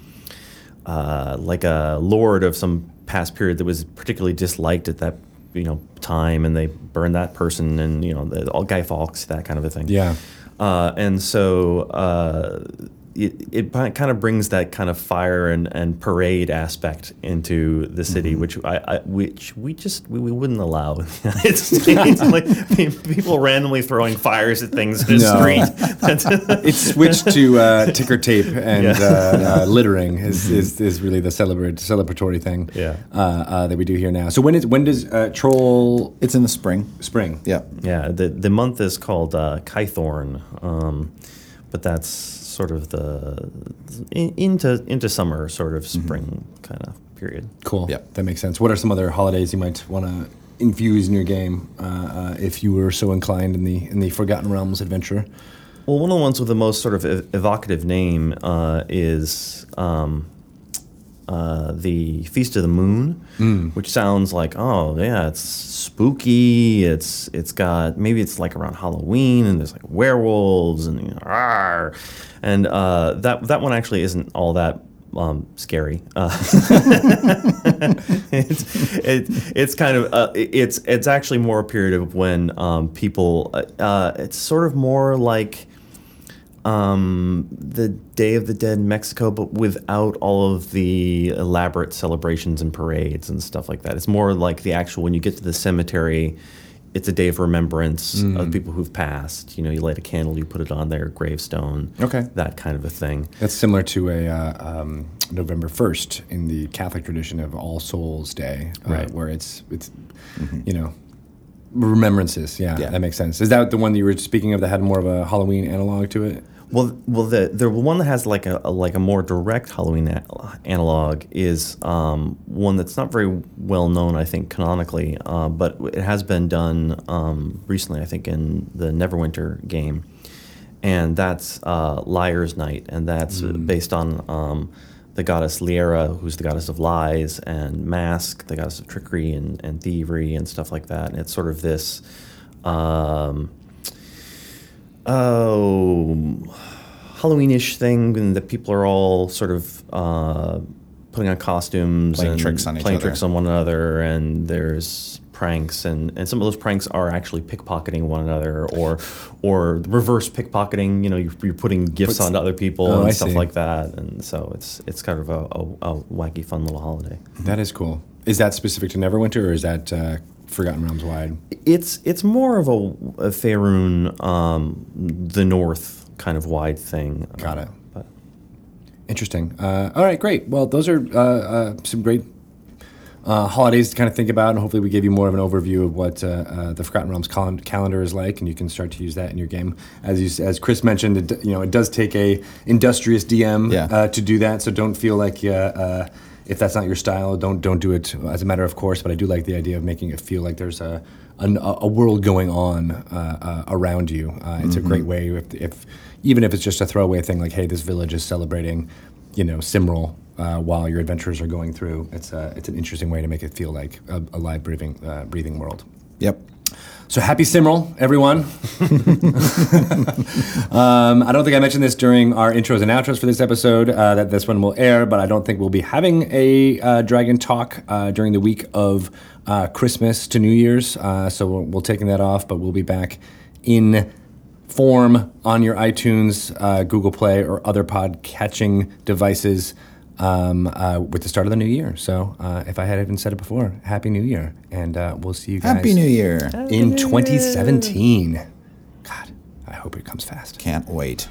Speaker 5: uh, like a lord of some past period that was particularly disliked at that you know time, and they burned that person, and you know the, all Guy Fawkes, that kind of a thing.
Speaker 1: Yeah.
Speaker 5: uh, and so uh, it it kind of brings that kind of fire and, and parade aspect into the city,
Speaker 1: Mm-hmm.
Speaker 5: which I, I which we just we, we wouldn't allow in the United [laughs] States. like pe- people randomly throwing fires at things in the
Speaker 1: No.
Speaker 5: street.
Speaker 1: [laughs]
Speaker 5: That's-
Speaker 1: It's switched to uh, ticker tape and
Speaker 5: Yeah.
Speaker 1: [laughs] uh, uh, littering is, is, is really the celebra- celebratory thing
Speaker 5: Yeah.
Speaker 1: uh, uh, that we do here now. So when is when does uh, troll
Speaker 4: it's in the spring.
Speaker 1: spring?
Speaker 4: Yeah.
Speaker 5: Yeah, the the month is called uh, Kythorn, um, but that's sort of the in, into into summer, sort of spring kind of period.
Speaker 1: Cool.
Speaker 4: Yep.
Speaker 1: That makes sense. What are some other holidays you might want to infuse in your game uh, uh, if you were so inclined in the in the Forgotten Realms adventure?
Speaker 5: Well, one of the ones with the most sort of ev- evocative name uh, is um, uh, the Feast of the Moon, which sounds like oh yeah, it's spooky. It's it's got maybe it's like around Halloween and there's like werewolves and you know, "Arr." and uh, that that one actually isn't all that um, scary. Uh, [laughs] it's, it, it's kind of uh, it- it's it's actually more a period of when um, people uh, uh, it's sort of more like um, the Day of the Dead in Mexico, but without all of the elaborate celebrations and parades and stuff like that. It's more like the actual when you get to the cemetery, it's a day of remembrance of people who've passed. You know, you light a candle, you put it on their gravestone.
Speaker 6: Okay.
Speaker 5: that kind of a thing.
Speaker 6: That's similar to a uh, um, November first in the Catholic tradition of All Souls Day, uh,
Speaker 5: Right.
Speaker 6: Where it's it's you know remembrances. Yeah,
Speaker 4: Yeah.
Speaker 6: that makes sense. Is that the one that you were speaking of that had more of a Halloween analog to it?
Speaker 5: Well, th- well, the the one that has like a, a- like a more direct Halloween a- analog is um, one that's not very well known, I think, canonically, uh, but it has been done um, recently. I think in the Neverwinter game, and that's uh, Liar's Night, and that's uh, based on um, the goddess Lyra, who's the goddess of lies and mask, the goddess of trickery and, and thievery and stuff like that. And it's sort of this. Um, oh, Halloweenish thing that people are all sort of uh, putting on costumes,
Speaker 4: Playing
Speaker 5: and
Speaker 4: tricks on each
Speaker 5: playing
Speaker 4: other.
Speaker 5: tricks on one another, and there's pranks, and, and some of those pranks are actually pickpocketing one another, or or reverse pickpocketing. You know, you're, you're putting gifts onto other people
Speaker 6: Oh,
Speaker 5: and
Speaker 6: I
Speaker 5: stuff
Speaker 6: see.
Speaker 5: like that, and so it's it's kind of a, a, a wacky, fun little holiday.
Speaker 6: That is cool. Is that specific to Neverwinter, or is that uh, Forgotten Realms wide?
Speaker 5: it's it's more of a, a Faerun, um, the North kind of wide thing.
Speaker 6: Got it.
Speaker 5: But
Speaker 6: Interesting. Uh, all right, great. Well, those are uh, uh, some great uh, holidays to kind of think about, and hopefully, we gave you more of an overview of what uh, uh, the Forgotten Realms cal- calendar is like, and you can start to use that in your game. As you, s- as Chris mentioned, it, d- you know it does take a industrious DM
Speaker 4: Yeah.
Speaker 6: uh, to do that, so don't feel like. Uh, uh, if that's not your style, don't don't do it as a matter of course. But I do like the idea of making it feel like there's a an, a a world going on uh, uh, around you. Uh, it's a great way if, if even if it's just a throwaway thing like, hey, this village is celebrating, you know, Simril uh, while your adventurers are going through. It's a, it's an interesting way to make it feel like a, a live breathing uh, breathing world.
Speaker 4: Yep.
Speaker 6: So happy Simril,
Speaker 4: [laughs]
Speaker 6: everyone. um, I don't think I mentioned this during our intros and outros for this episode uh, that this one will air, but I don't think we'll be having a uh, dragon talk uh, during the week of uh, Christmas to New Year's. Uh, so we're, we're taking that off, but we'll be back in form on your iTunes, uh, Google Play, or other pod catching devices um, uh, with the start of the new year. So uh, if I hadn't said it before, Happy New Year, and uh, we'll see you guys
Speaker 4: Happy New Year.
Speaker 1: Oh.
Speaker 6: in 2017. God, I hope it comes fast.
Speaker 4: Can't wait.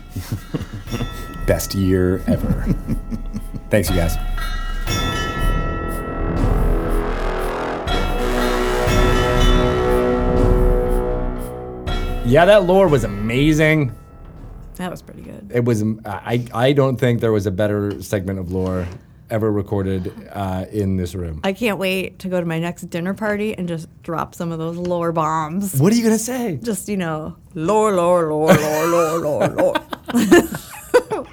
Speaker 6: Best year ever. [laughs] Thanks, you guys.
Speaker 1: Yeah, that lore was amazing.
Speaker 2: That was pretty good.
Speaker 1: It was. uh, I. I don't think there was a better segment of lore ever recorded uh, in this room.
Speaker 2: I can't wait to go to my next dinner party and just drop some of those lore bombs.
Speaker 1: what are you gonna say?
Speaker 2: Just, you know, lore, lore, lore, lore, lore, lore, lore.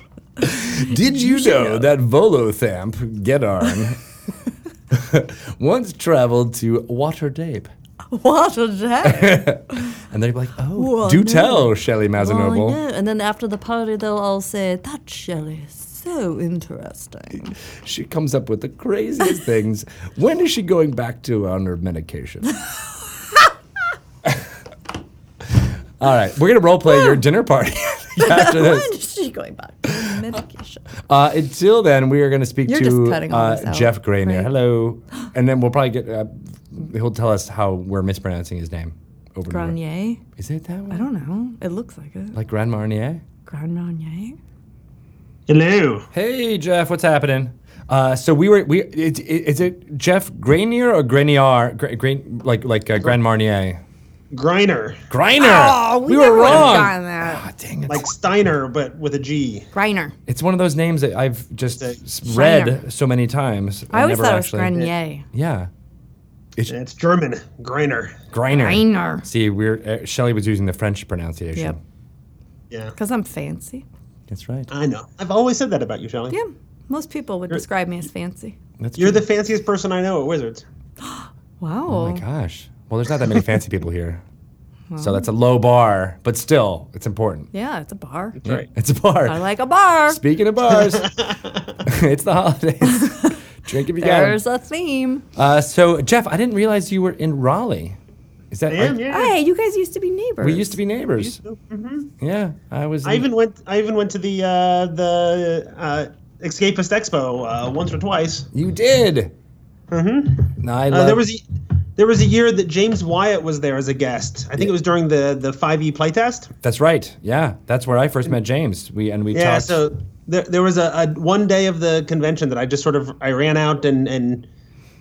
Speaker 1: Did you know that Volothamp Gedarn [laughs] once traveled to Waterdeep?
Speaker 2: [laughs]
Speaker 1: [laughs]
Speaker 2: What a day.
Speaker 1: And they'd be like, "Oh,
Speaker 2: Well,
Speaker 1: do
Speaker 2: no.
Speaker 1: tell, Shelley
Speaker 2: Well, I
Speaker 1: Mazenoble."
Speaker 2: know. And then after the party, they'll all say, That Shelley is
Speaker 1: [laughs]
Speaker 2: so interesting.
Speaker 1: She comes up with the
Speaker 2: [laughs]
Speaker 1: craziest things. When is she going back to on her
Speaker 2: [laughs]
Speaker 1: medication? All right, we're gonna role play your dinner party [laughs]
Speaker 2: [laughs]
Speaker 1: after this.
Speaker 2: When is she going back to medication?
Speaker 1: Uh, until then, we are going to speak
Speaker 2: You're just
Speaker 1: to
Speaker 2: cutting all this
Speaker 1: uh,
Speaker 2: out,
Speaker 1: Jeff Grainer.
Speaker 2: right?
Speaker 1: Hello, and then we'll probably get. Uh, he'll tell us how we're mispronouncing his name. Over and over.
Speaker 2: Grenier?
Speaker 1: Is it that one?
Speaker 2: I don't know. It looks like it.
Speaker 1: Like Grand Marnier.
Speaker 2: Grand Marnier?
Speaker 7: Hello.
Speaker 1: Hey Jeff, what's happening? Uh, so we were we it, it, is it Jeff Granier or Grenier? Gra, Grain, like like uh, Grand Marnier.
Speaker 7: Griner.
Speaker 1: Griner.
Speaker 2: Oh, we,
Speaker 1: were
Speaker 2: never would've
Speaker 1: wrong.
Speaker 2: gotten that.
Speaker 1: Ah, dang it!
Speaker 7: Like Steiner, but with a G.
Speaker 2: Griner.
Speaker 1: it's one of those names that I've just
Speaker 7: Say-
Speaker 1: s- read so many times.
Speaker 2: I always
Speaker 1: never
Speaker 2: thought it was
Speaker 1: actually,
Speaker 2: Grenier.
Speaker 1: Yeah,
Speaker 7: And it's German. Griner.
Speaker 1: Griner.
Speaker 2: Griner.
Speaker 1: See, we're uh, Shelley was using the French pronunciation.
Speaker 2: Yep.
Speaker 7: Yeah.
Speaker 2: Because I'm fancy.
Speaker 1: That's right.
Speaker 7: I know. I've always said that about you, Shelly.
Speaker 2: Yeah. Most people would describe me as fancy.
Speaker 1: That's
Speaker 7: You're
Speaker 1: true.
Speaker 7: the fanciest person I know at Wizards.
Speaker 2: Wow.
Speaker 1: Oh Oh my gosh. Well, there's not that many fancy people here.
Speaker 2: [laughs]
Speaker 1: So that's a low bar, but still, it's important.
Speaker 2: Yeah, it's a bar.
Speaker 7: Right.
Speaker 1: It's a bar.
Speaker 2: I like a bar.
Speaker 1: Speaking of bars, [laughs] it's the holidays. Drink if you got
Speaker 2: There's
Speaker 1: it.
Speaker 2: a theme.
Speaker 1: Uh, so, Jeff, I didn't realize you were in Raleigh. Is that
Speaker 7: Damn,
Speaker 1: like-
Speaker 7: yeah.
Speaker 2: Hey, you guys used to be neighbors.
Speaker 1: We used to be neighbors. Yeah, I was.
Speaker 7: I
Speaker 1: in-
Speaker 7: even went. I even went to the uh, the uh, Escapist Expo uh, once or twice.
Speaker 1: you did. Mm-hmm. No, I
Speaker 7: Uh,
Speaker 1: love.
Speaker 7: there was e- There was a year that James Wyatt was there as a guest. I think it was during the the 5e playtest.
Speaker 1: That's right. Yeah, that's where I first met James. We and we
Speaker 7: Yeah,
Speaker 1: talked.
Speaker 7: so there, there was a, a one day of the convention that I just sort of I ran out and and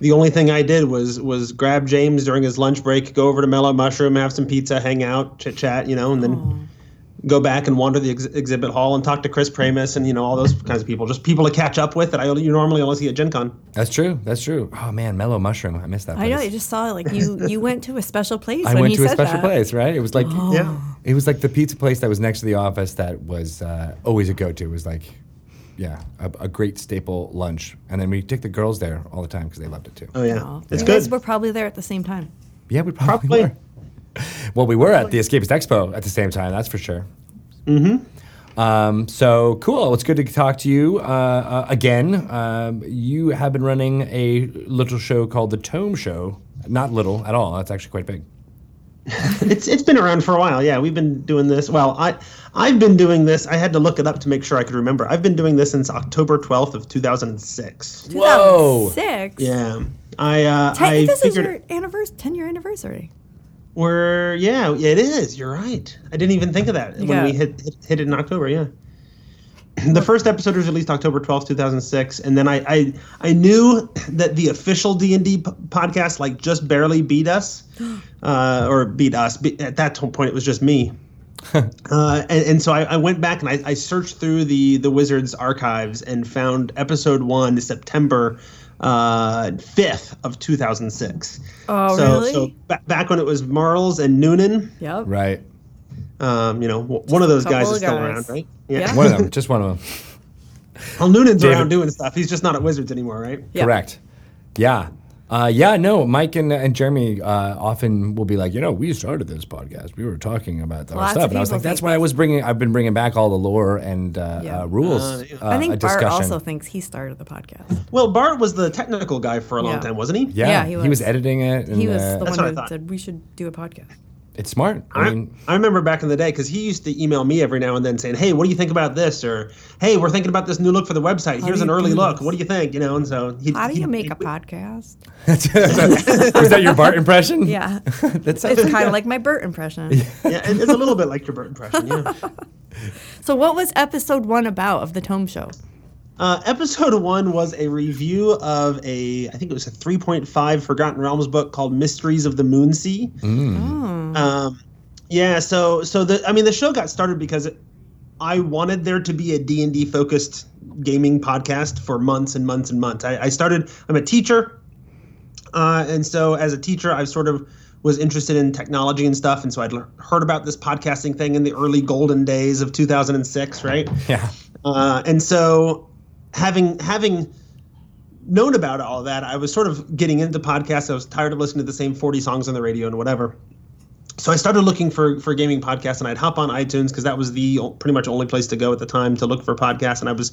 Speaker 7: the only thing I did was was grab James during his lunch break, go over to Mellow Mushroom, have some pizza, hang out, chit chat, you know, and then go back and wander the ex- exhibit hall and talk to Chris Pramus and you know all those kinds of people, just people to catch up with that I only, you normally only see at Gen Con.
Speaker 1: that's true. That's true. Oh man, mellow mushroom. I missed that.
Speaker 2: I know.
Speaker 1: place.
Speaker 2: You just saw like you you went to a special place.
Speaker 1: I
Speaker 2: when
Speaker 1: went
Speaker 2: you
Speaker 1: to a
Speaker 2: said
Speaker 1: special
Speaker 2: that.
Speaker 1: place, right? It was like
Speaker 7: Yeah.
Speaker 1: it was like the pizza place that was next to the office that was uh, always a go-to. It was like, yeah, a, a great staple lunch. And then we took the girls there all the time because they loved it too.
Speaker 7: Oh yeah.
Speaker 2: Oh,
Speaker 7: It's
Speaker 2: you
Speaker 7: good.
Speaker 2: guys were probably there at the same time.
Speaker 1: yeah, we probably,
Speaker 7: Probably.
Speaker 1: were. [laughs] Well, we were at the Escapist Expo at the same time. That's for sure. Um, so cool. It's good to talk to you uh, uh, again. Um, you have been running a little show called the Tome Show. Not little at all. That's actually quite big.
Speaker 7: It's it's been around for a while. Yeah, we've been doing this. Well, I I've been doing this. I had to look it up to make sure I could remember. I've been doing this since October 12th of 2006.
Speaker 2: Six.
Speaker 7: Yeah. I uh I
Speaker 2: this is
Speaker 7: figured
Speaker 2: your anniversary, ten year anniversary.
Speaker 7: we're yeah, it is. You're right. I didn't even think of that when
Speaker 2: Yeah.
Speaker 7: we hit, hit hit it in October, yeah. The first episode was released October 12th, 2006, and then I I, I knew [clears throat] that the official D&D p- podcast like just barely
Speaker 2: [gasps]
Speaker 7: beat us uh, or beat us. Be- At that to- point it was just
Speaker 2: [laughs]
Speaker 7: me. Uh, and, and so I, I went back and I, I searched through the the Wizards archives and found episode one, September uh, 5th of 2006.
Speaker 2: Oh,
Speaker 7: so,
Speaker 2: really?
Speaker 7: So ba- back when it was Marles and Noonan,
Speaker 2: Yep.
Speaker 1: Right.
Speaker 7: um, you know, w- one of those guys
Speaker 2: couple
Speaker 7: is still
Speaker 2: guys.
Speaker 7: around, right?
Speaker 2: Yeah.
Speaker 1: One of them. Just one of them.
Speaker 7: Well, Noonan's
Speaker 1: David-
Speaker 7: around doing stuff. He's just not at Wizards anymore, right?
Speaker 2: Yeah.
Speaker 1: Correct. Yeah. Uh, yeah, no, Mike and, and Jeremy uh, often will be like, you know, we started this podcast. We were talking about that
Speaker 2: Lots
Speaker 1: stuff.
Speaker 2: of
Speaker 1: And I was
Speaker 2: people
Speaker 1: like, that's
Speaker 2: think
Speaker 1: why I was bringing, I've been bringing back all the lore and uh,
Speaker 2: Yeah.
Speaker 1: uh, rules. Uh,
Speaker 2: I think Bart
Speaker 1: discussion.
Speaker 2: also thinks he started the podcast.
Speaker 7: Well, Bart was the technical guy for a long
Speaker 2: Yeah.
Speaker 7: time, wasn't he?
Speaker 1: yeah,
Speaker 2: Yeah,
Speaker 1: he,
Speaker 2: he
Speaker 1: was.
Speaker 2: was.
Speaker 1: editing it. And,
Speaker 2: He was
Speaker 1: uh,
Speaker 2: the one
Speaker 7: That's what I
Speaker 2: that
Speaker 7: thought.
Speaker 2: said we should do a podcast.
Speaker 1: it's smart. I,
Speaker 7: I,
Speaker 1: mean, [laughs]
Speaker 7: I remember back in the day because he used to email me every now and then saying, "Hey, what do you think about this?" or "Hey, we're thinking about this new look for the website. Here's
Speaker 2: do
Speaker 7: an
Speaker 2: you
Speaker 7: early
Speaker 2: do
Speaker 7: look.
Speaker 2: this?"
Speaker 7: What do you think?" You know, and so he,
Speaker 2: How do
Speaker 7: he-
Speaker 2: you make a
Speaker 7: he-
Speaker 2: podcast?
Speaker 1: was that your Bart impression? [laughs]
Speaker 2: Yeah.
Speaker 1: That sounds
Speaker 2: [laughs] it's kind of like my Bert impression.
Speaker 7: [laughs] Yeah, it- it's a little bit like your Bert impression. Yeah.
Speaker 2: So, what was episode one about of the Tome Show?
Speaker 7: Uh, episode one was a review of a, I think it was a 3.5 Forgotten Realms book called Mysteries of the Moon Sea. Um, yeah, so so the I mean the show got started because I wanted there to be a D and D focused gaming podcast for months and months and months. I, I started. I'm a teacher, uh, and so as a teacher, I've sort of was interested in technology and stuff, and so I'd lear- heard about this podcasting thing in the early golden days of 2006, right?
Speaker 1: [laughs] Yeah.
Speaker 7: Uh, and so having having known about all that, I was sort of getting into podcasts. I was tired of listening to the same 40 songs on the radio and whatever. So I started looking for for gaming podcasts, and I'd hop on iTunes because that was the o- pretty much only place to go at the time to look for podcasts. And I was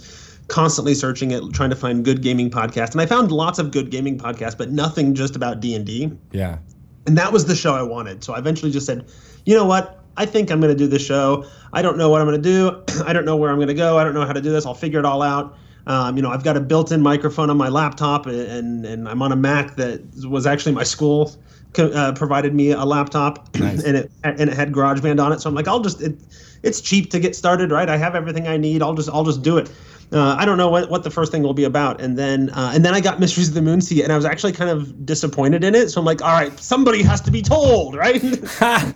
Speaker 7: constantly searching it, trying to find good gaming podcasts. And I found lots of good gaming podcasts, but nothing just about D and D
Speaker 1: Yeah.
Speaker 7: and that was the show I wanted. So I eventually just said, you know what? I think I'm going to do this show. I don't know what I'm going to do. [clears throat] I don't know where I'm going to go. I don't know how to do this. I'll figure it all out. Um, you know, I've got a built-in microphone on my laptop, and and, and I'm on a Mac that was actually my school co- uh, provided me a laptop, [clears throat] and it and it had GarageBand on it. So I'm like, I'll just it, it's cheap to get started, right? I have everything I need. I'll just I'll just do it. Uh, I don't know what, what the first thing will be about, and then uh, and then I got Mysteries of the Moon Sea, and I was actually kind of disappointed in it. So I'm like, all right, somebody has to be told, right? [laughs]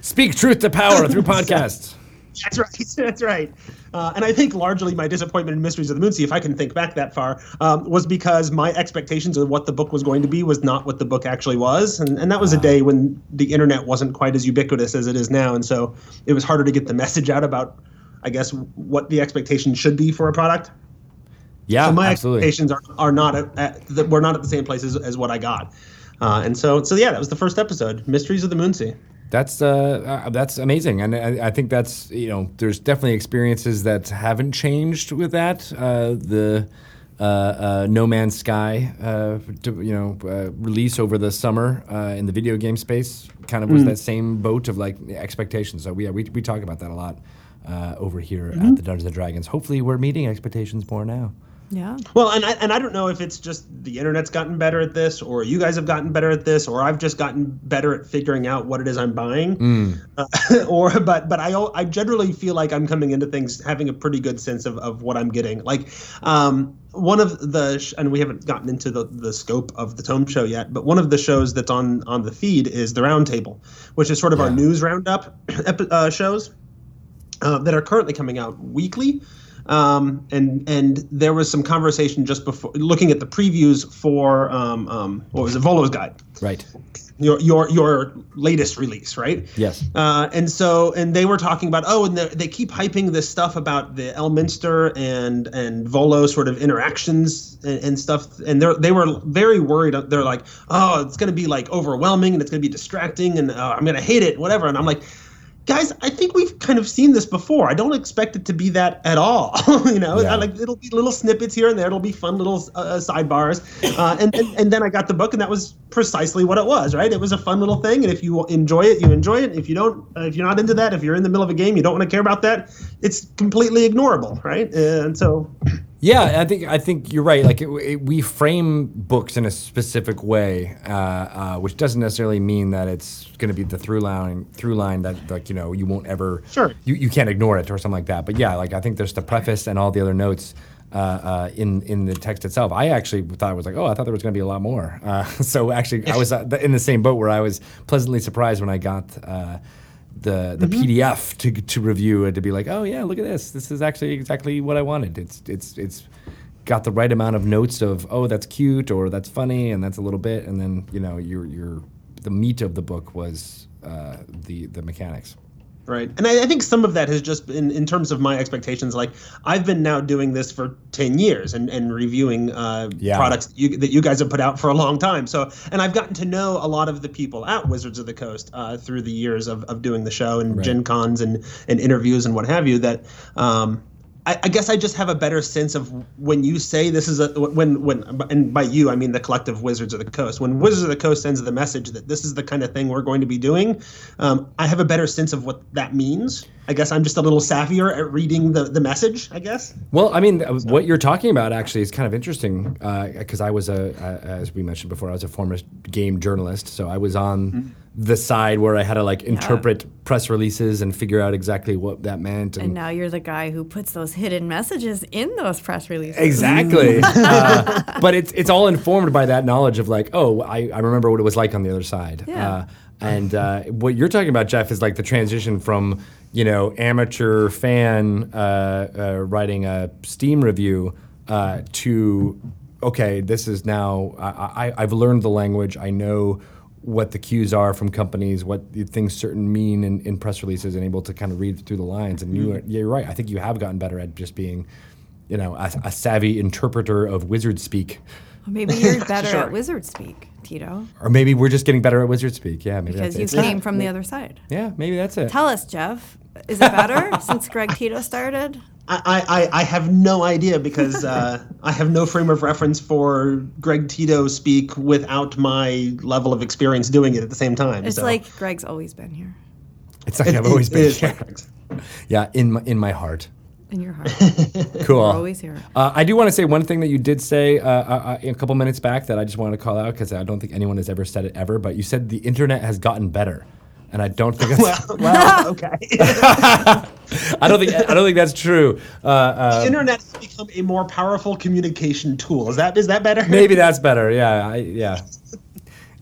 Speaker 1: Speak truth to power
Speaker 2: [laughs]
Speaker 1: through podcasts.
Speaker 7: That's right. [laughs] That's right. Uh, and I think largely my disappointment in Mysteries of the Moonsea, if I can think back that far, um, was because my expectations of what the book was going to be was not what the book actually was. And, and that was a day when the internet wasn't quite as ubiquitous as it is now. And so it was harder to get the [laughs] message out about, I guess, what the expectation should be for a product.
Speaker 1: Yeah,
Speaker 7: So my
Speaker 1: absolutely.
Speaker 7: expectations are, are not at, at the, were not at the same place as, as what I got. Uh, and so, so yeah, that was the first episode, Mysteries of the Moonsea.
Speaker 1: That's uh, uh, that's amazing, and I, I think that's you know there's definitely experiences that haven't changed with that. Uh, the uh, uh, No Man's Sky, uh, to, you know, uh, release over the summer uh, in the video game space kind of was that same boat of like expectations. So we, yeah, we we talk about that a lot uh, over here at the Dungeons and Dragons. Hopefully, we're meeting expectations more now.
Speaker 2: Yeah.
Speaker 7: Well, and I, and I don't know if it's just the internet's gotten better at this, or you guys have gotten better at this, or I've just gotten better at figuring out what it is I'm buying. Uh, [laughs] or but but I al- I generally feel like I'm coming into things having a pretty good sense of, of what I'm getting. Like um, one of the sh- and we haven't gotten into the, the scope of the Tome Show yet, but one of the shows that's on on the feed is the Roundtable, which is sort of our news roundup [clears throat] epi- uh, shows uh, that are currently coming out weekly. Um, and and there was some conversation just before looking at the previews for um, um, what was it, Volo's Guide,
Speaker 1: Right.
Speaker 7: your your your latest release, right?
Speaker 1: Yes.
Speaker 7: Uh, and so and they were talking about oh, and they they keep hyping this stuff about the Elminster and and Volo sort of interactions and, and stuff, and they they were very worried. They're like, oh, it's going to be like overwhelming and it's going to be distracting and uh, I'm going to hate it, whatever. And I'm like. Guys, I think we've kind of seen this before. I don't expect it to be that at all. [laughs] you know,
Speaker 1: Yeah.
Speaker 7: I like it'll be little snippets here and there. It'll be fun little uh, sidebars, uh, and, and and then I got the book, and that was precisely what it was. Right, it was a fun little thing, and if you enjoy it, you enjoy it. If you don't, uh, if you're not into that, if you're in the middle of a game, you don't want to care about that. It's completely ignorable, right? And so,
Speaker 1: Yeah, I think I think you're right. Like it, it, we frame books in a specific way, uh, uh, which doesn't necessarily mean that it's going to be the through line. Through line that like you know you won't ever
Speaker 7: Sure.
Speaker 1: you, you can't ignore it or something like that. But yeah, like I think there's the preface and all the other notes. Uh, uh, in in the text itself, I actually thought it was like, oh, I thought there was going to be a lot more. Uh, [laughs] so actually, I was uh, in the same boat where I was pleasantly surprised when I got uh, the the PDF to to review and to be like, oh yeah, look at this. This is actually exactly what I wanted. It's it's it's got the right amount of notes of oh that's cute or that's funny and that's a little bit and then you know your your the meat of the book was uh, the the mechanics.
Speaker 7: Right. And I, I think some of that has just been in terms of my expectations. Like I've been now doing this for 10 years and, and reviewing uh,
Speaker 1: Yeah.
Speaker 7: products that you, that you guys have put out for a long time. So, and I've gotten to know a lot of the people at Wizards of the Coast uh, through the years of, of doing the show and Gen Cons and, and interviews and what have you that, um, I, I guess I just have a better sense of when you say this is a when when and by you I mean the collective Wizards of the Coast. When Wizards of the Coast sends the message that this is the kind of thing we're going to be doing, um, I have a better sense of what that means. I guess I'm just a little savvier at reading the the message. I guess.
Speaker 1: Well, I mean, uh, what you're talking about actually is kind of interesting because I was a, a, as we mentioned before, I was a former game journalist, so I was on the side where I had to like interpret press releases and figure out exactly what that meant.
Speaker 2: And now you're the guy who puts those hidden messages in those press releases.
Speaker 1: Exactly. Uh, but it's it's all informed by that knowledge of like, oh, I, I remember what it was like on the other side.
Speaker 2: Yeah.
Speaker 1: Uh, and uh, what you're talking about, Jeff, is like the transition from you know amateur fan uh, uh, writing a Steam review uh, to okay, this is now I, I, I've learned the language. I know what the cues are from companies, what the things certain mean in, in press releases, and able to kind of read through the lines. And
Speaker 2: Mm-hmm.
Speaker 1: you, are, yeah, you're right. I think you have gotten better at just being you know, a, a savvy interpreter of wizard speak.
Speaker 2: Well, Maybe
Speaker 7: [laughs]
Speaker 2: you're better at wizard speak, Tito,
Speaker 1: Or maybe we're just getting better at wizard speak. Yeah, maybe
Speaker 2: because you
Speaker 1: that's it.
Speaker 2: came from the other side.
Speaker 1: Yeah, maybe that's it.
Speaker 2: Tell us, Jeff. Is it better
Speaker 1: [laughs]
Speaker 2: since Greg Tito started?
Speaker 7: I, I- I, I have no idea because uh, I have no frame of reference for Greg Tito speak without my level of experience doing it at the same time.
Speaker 2: It's
Speaker 7: so.
Speaker 2: like Greg's always been here
Speaker 1: It's like I've
Speaker 7: It-
Speaker 1: always
Speaker 7: it
Speaker 1: been
Speaker 7: is
Speaker 1: here.
Speaker 7: perfect.
Speaker 1: Yeah, in my, in my heart.
Speaker 2: in
Speaker 1: [laughs]
Speaker 2: your heart.
Speaker 1: Cool.
Speaker 2: always here.
Speaker 1: Uh, I do want to say one thing that you did say uh, uh, uh, a couple minutes back that I just wanted to call out because I don't think anyone has ever said it ever. But you said the internet has gotten better, and I don't think that's,
Speaker 2: [laughs]
Speaker 7: Well, well okay.
Speaker 1: [laughs] I don't think I don't think that's true. Uh, uh,
Speaker 7: the internet has become a more powerful communication tool. Is that is that better?
Speaker 1: maybe that's better. Yeah, I, yeah.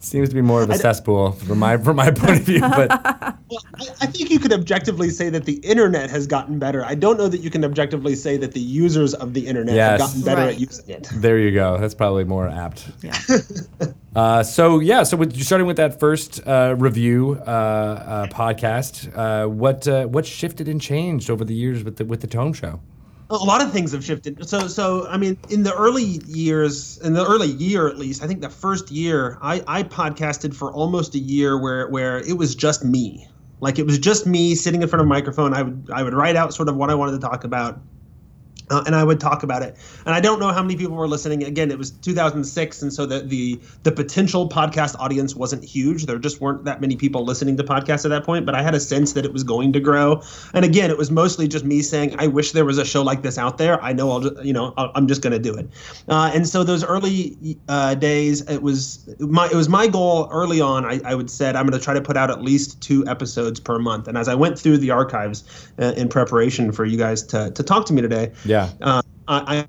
Speaker 1: Seems to be more of a cesspool from my from my point of view,
Speaker 7: [laughs]
Speaker 1: but.
Speaker 7: Well, I, I think you could objectively say that the internet has gotten better. I don't know that you can objectively say that the users of the internet
Speaker 1: Yes.
Speaker 7: have gotten better
Speaker 2: Right.
Speaker 7: at using it.
Speaker 1: There you go. That's probably more apt.
Speaker 2: Yeah.
Speaker 1: [laughs] Uh, so yeah, so with, starting with that first uh, review uh, uh, podcast, uh, what uh, what shifted and changed over the years with the with the Tone Show?
Speaker 7: a lot of things have shifted. So, so I mean, in the early years, in the early year at least, I think the first year, I, I podcasted for almost a year where where it was just me, like it was just me sitting in front of a microphone. I would I would write out sort of what I wanted to talk about, uh, and I would talk about it. And I don't know how many people were listening. Again, it was 2006, and so the the, the potential podcast audience wasn't huge. There just weren't that many people listening to podcasts at that point. But I had a sense that it was going to grow. And again, it was mostly just me saying, "I wish there was a show like this out there." I know I'll, just, you know, i am just going to do it. Uh, and so those early uh, days, it was my it was my goal early on. I, I would said I'm going to try to put out at least two episodes per month. And as I went through the archives uh, in preparation for you guys to to talk to me today.
Speaker 1: Yeah.
Speaker 7: Uh, I,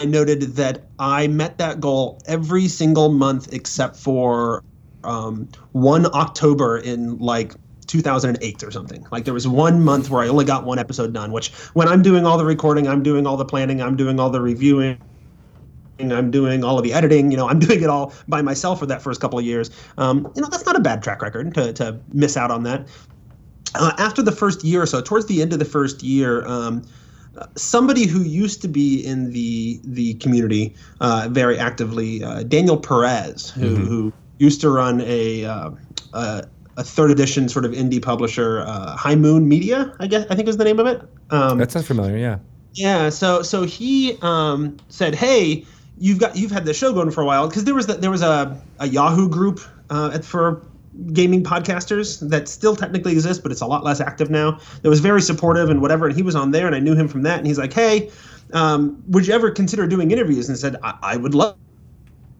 Speaker 7: I noted that I met that goal every single month except for um, one October in like 2008 or something. Like there was one month where I only got one episode done, which when I'm doing all the recording, I'm doing all the planning, I'm doing all the reviewing. I'm doing all of the editing. You know, I'm [laughs] doing it all by myself for that first couple of years. Um, you know, that's not a bad track record to, to miss out on that. Uh, after the first year or so, towards the end of the first year, um, somebody who used to be in the the community uh, very actively, uh, Daniel Perez, who, mm-hmm. who used to run a, uh, a, a third edition sort of indie publisher, uh, High Moon Media, I guess I think is the name of it.
Speaker 1: Um, that sounds familiar. Yeah.
Speaker 7: Yeah. So so he um, said, "Hey, you've got you've had the show going for a while because there was the, there was a, a Yahoo group uh, at, for gaming podcasters that still technically exists, but it's a lot less active now. That was very supportive and whatever. And he was on there, and I knew him from that. And he's like, "Hey, um, would you ever consider doing interviews?" And said, "I, I would love."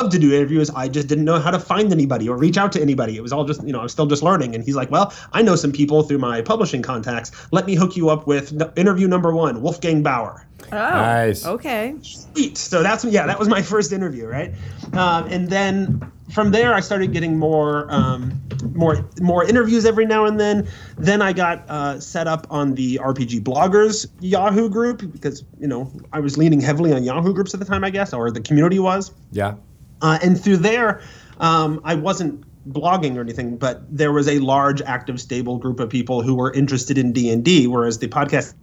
Speaker 7: Love to do interviews. I just didn't know how to find anybody or reach out to anybody. It was all just, you know, I'm still just learning. And he's like, Well, I know some people through my publishing contacts. Let me hook you up with n- interview number one, Wolfgang Bauer.
Speaker 2: Oh, nice. Okay.
Speaker 7: Sweet. So that's, yeah, that was my first interview, right? Um, and then from there, I started getting more, um, more, more interviews every now and then. Then I got uh, set up on the RPG bloggers Yahoo group because you know I was leaning heavily on Yahoo groups at the time, I guess, or the community was.
Speaker 1: Yeah.
Speaker 7: Uh, and through there, um, I wasn't blogging or anything, but there was a large, active, stable group of people who were interested in D and D, whereas the podcast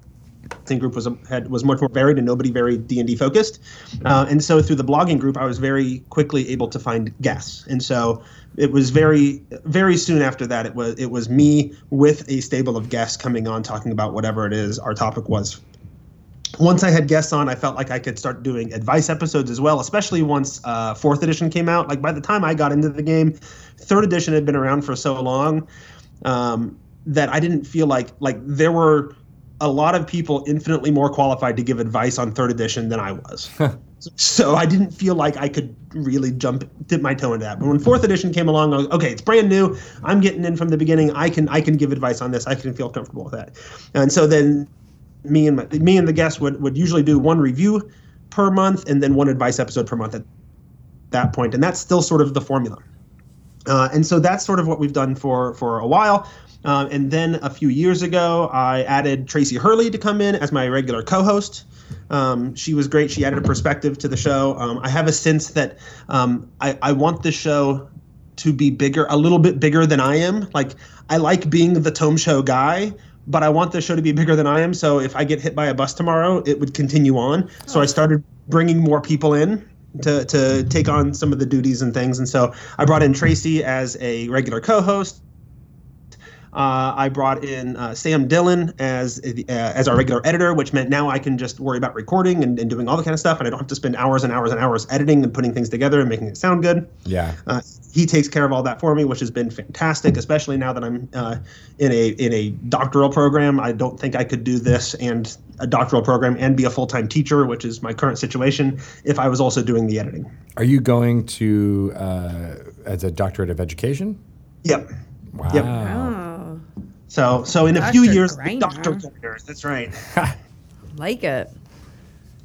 Speaker 7: podcasting group was had was much more varied and nobody very D and D focused. Uh, and so through the blogging group, I was very quickly able to find guests. And so it was very very soon after that it was it was me with a stable of guests coming on talking about whatever it is our topic was. Once I had guests on, I felt like I could start doing advice episodes as well, especially once uh, fourth edition came out. Like by the time I got into the game, third edition had been around for so long um, that I didn't feel like like there were a lot of people infinitely more qualified to give advice on third edition than I was. so I didn't feel like I could really jump dip my toe into that. But when fourth edition came along, I was, okay, it's brand new. I'm getting in from the beginning. I can I can give advice on this. I can feel comfortable with that. And so then me and my, me and the guest would would usually do one review per month and then one advice episode per month at that point. And that's still sort of the formula. Uh, and so that's sort of what we've done for for a while. Um, and then a few years ago, I added Tracy Hurley to come in as my regular co host. Um, she was great. She added a perspective to the show. Um, I have a sense that I, I want the show to be bigger, a little bit bigger than I am. Like, I like being the Tome Show guy, but I want the show to be bigger than I am. So if I get hit by a bus tomorrow, it would continue on. So I started bringing more people in to, to take on some of the duties and things. And so I brought in Tracy as a regular co host. Uh, I brought in uh, Sam Dillon as uh, as our regular editor, which meant now I can just worry about recording and, and, doing all the kind of stuff, and I don't have to spend hours and hours and hours editing and putting things together and making it sound good.
Speaker 1: Yeah,
Speaker 7: Uh, he takes care of all that for me, which has been fantastic. Especially now that I'm uh, in a in a doctoral program, I don't think I could do this and a doctoral program and be a full time teacher, which is my current situation. If I was also doing the editing,
Speaker 1: are you going to uh, as a doctorate of education?
Speaker 7: Yep.
Speaker 1: Wow.
Speaker 7: Yep. Oh.
Speaker 2: Wow.
Speaker 7: So, so in a few years, Doctor Grinders. That's right.
Speaker 2: like it.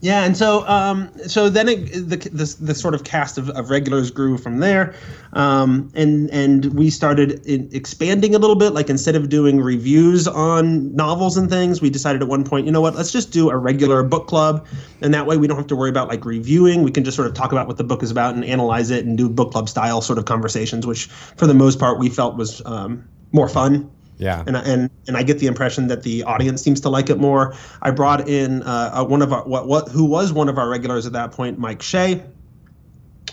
Speaker 7: Yeah, and so um, so then it, the, the the sort of cast of, of regulars grew from there, um, and and we started e, expanding a little bit. Like instead of doing reviews on novels and things, we decided at one point, you know what, let's just do a regular book club, and that way we don't have to worry about like reviewing. We can just sort of talk about what the book is about and analyze it and do book club style sort of conversations, which for the most part we felt was um, more fun
Speaker 1: yeah.
Speaker 7: And, and and I get the impression that the audience seems to like it more. I brought in uh, one of our what what who was one of our regulars at that point, Mike Shea,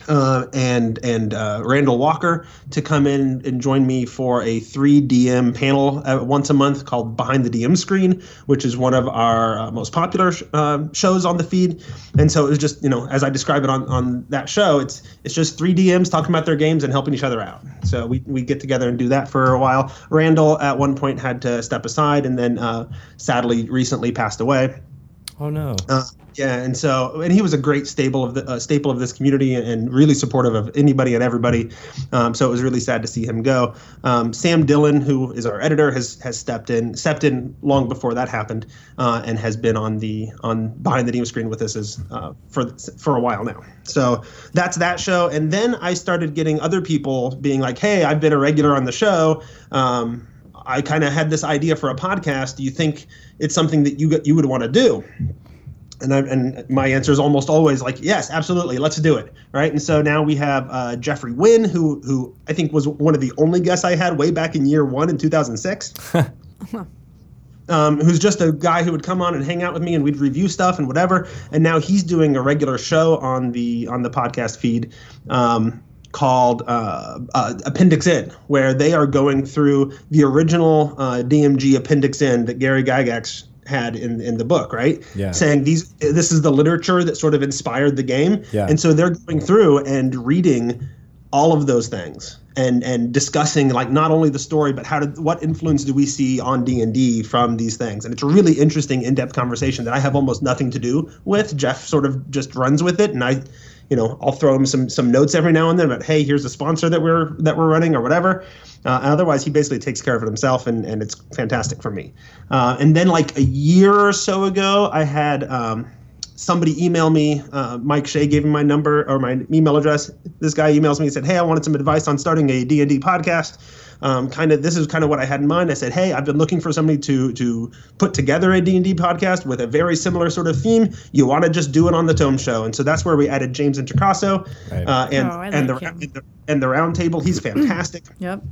Speaker 7: uh, and and uh, Randall Walker to come in and join me for a 3DM panel uh, once a month called Behind the DM Screen, which is one of our uh, most popular sh- um shows on the feed. And so it was just you know as I describe it on on that show, it's it's just three DMs talking about their games and helping each other out. So we we get together and do that for a while. Randall at one point had to step aside and then uh, sadly recently passed away.
Speaker 1: Oh no.
Speaker 7: Uh, yeah, and so and he was a great staple of the uh, staple of this community and really supportive of anybody and everybody. Um, so it was really sad to see him go. Um, Sam Dillon, who is our editor, has has stepped in stepped in long before that happened, uh, and has been on the on behind the DM screen with us as, uh, for for a while now. So that's that show. And then I started getting other people being like, "Hey, I've been a regular on the show." Um, I kind of had this idea for a podcast. Do you think it's something that you you would want to do? And I, and my answer is almost always like yes, absolutely, let's do it, right? And so now we have uh, Jeffrey Wynn, who who I think was one of the only guests I had way back in year one in 2006 um, who's just a guy who would come on and hang out with me, and we'd review stuff and whatever. And now he's doing a regular show on the on the podcast feed um, called uh, uh, Appendix In, where they are going through the original uh, DMG Appendix In that Gary Gygax had in in the book, right?
Speaker 1: Yeah.
Speaker 7: Saying these, this is the literature that sort of inspired the game,
Speaker 1: Yeah.
Speaker 7: and so they're going through and reading all of those things and and discussing like not only the story but how did what influence do we see on d&d from these things and it's a really interesting in-depth conversation that i have almost nothing to do with jeff sort of just runs with it and i you know i'll throw him some some notes every now and then about hey here's a sponsor that we're that we're running or whatever uh, and otherwise he basically takes care of it himself and and it's fantastic for me uh, and then like a year or so ago i had um, somebody email me. Uh, Mike Shea gave me my number or my email address. This guy emails me and said, "Hey, I wanted some advice on starting a D and D podcast. Um, kind of this is kind of what I had in mind." I said, "Hey, I've been looking for somebody to to put together a D and D podcast with a very similar sort of theme. You want to just do it on the Tome Show?" And so that's where we added James Intricasso,
Speaker 1: Right.
Speaker 7: uh,
Speaker 2: Oh,
Speaker 7: and
Speaker 2: I
Speaker 7: and,
Speaker 2: like
Speaker 7: the,
Speaker 2: him.
Speaker 7: and the and the round table. He's fantastic
Speaker 2: Yep.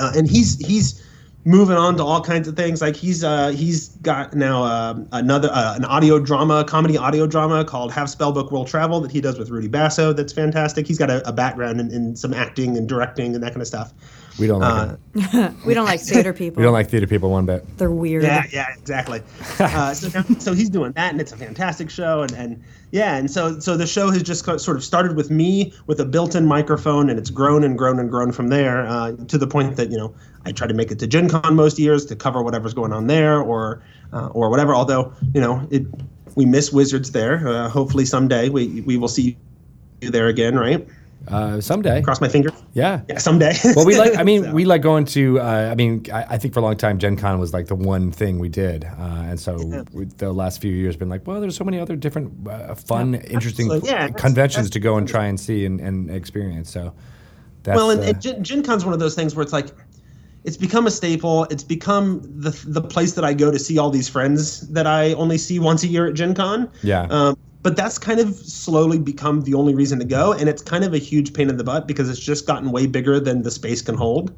Speaker 7: uh, and he's he's moving on to all kinds of things. Like he's uh, he's got now um another uh, an audio drama, comedy audio drama called Have Spellbook Will Travel that he does with Rudy Basso. That's fantastic. He's got a, a background in, in some acting and directing and that kind of stuff.
Speaker 1: We don't like
Speaker 7: Uh,
Speaker 1: it.
Speaker 2: We
Speaker 1: [laughs]
Speaker 2: don't like theater people.
Speaker 1: We don't like theater people one bit.
Speaker 2: They're weird. [laughs]
Speaker 7: Yeah, yeah, exactly. uh, so, now, so he's doing that, and it's a fantastic show, and, and yeah, and so so the show has just co- sort of started with me with a built-in microphone, and it's grown and grown and grown from there uh, to the point that you know I try to make it to Gen Con most years to cover whatever's going on there or uh, or whatever. Although you know it, we miss Wizards there. Uh, hopefully someday we we will see you there again, right?
Speaker 1: Uh, someday.
Speaker 7: Cross my fingers.
Speaker 1: Yeah.
Speaker 7: Yeah, someday. [laughs]
Speaker 1: Well, we like. I mean, we like going to. Uh, I mean, I, I think for a long time, Gen Con was like the one thing we did, uh, and so we, the last few years been like, well, there's so many other different, uh, fun, interesting
Speaker 7: Absolutely. Yeah, that's-
Speaker 1: conventions
Speaker 7: that's-
Speaker 1: to go and try and see and, and experience. So, that's,
Speaker 7: well, and,
Speaker 1: uh,
Speaker 7: and Gen, Gen Con's one of those things where it's like, it's become a staple. It's become the the place that I go to see all these friends that I only see once a year at Gen Con.
Speaker 1: Yeah.
Speaker 7: Um, but that's kind of slowly become the only reason to go, and it's kind of a huge pain in the butt because it's just gotten way bigger than the space can hold.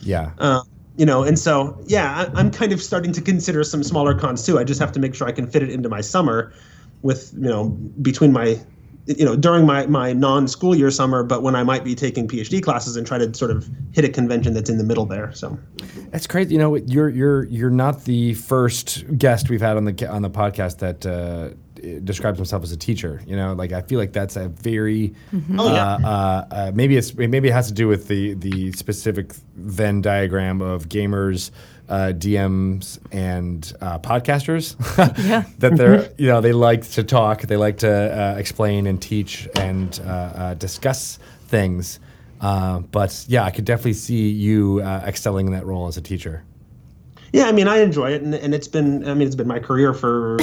Speaker 1: yeah,
Speaker 7: Uh, you know, and so yeah, I, I'm kind of starting to consider some smaller cons too. I just have to make sure I can fit it into my summer, with you know between my, you know during my my non-school year summer, but when I might be taking PhD classes and try to sort of hit a convention that's in the middle there. So
Speaker 1: That's crazy. You know, you're you're you're not the first guest we've had on the on the podcast that uh, describes himself as a teacher. You know, like I feel like that's a very
Speaker 7: Oh, yeah.
Speaker 1: uh, uh, uh, maybe it's maybe it has to do with the the specific Venn diagram of gamers. Uh, DMs and uh, podcasters [laughs]
Speaker 2: Yeah.
Speaker 1: that they're you know they like to talk they like to uh, explain and teach and uh, uh, discuss things uh, but yeah I could definitely see you uh, excelling in that role as a teacher
Speaker 7: yeah, I mean I enjoy it, and, and it's been I mean it's been my career for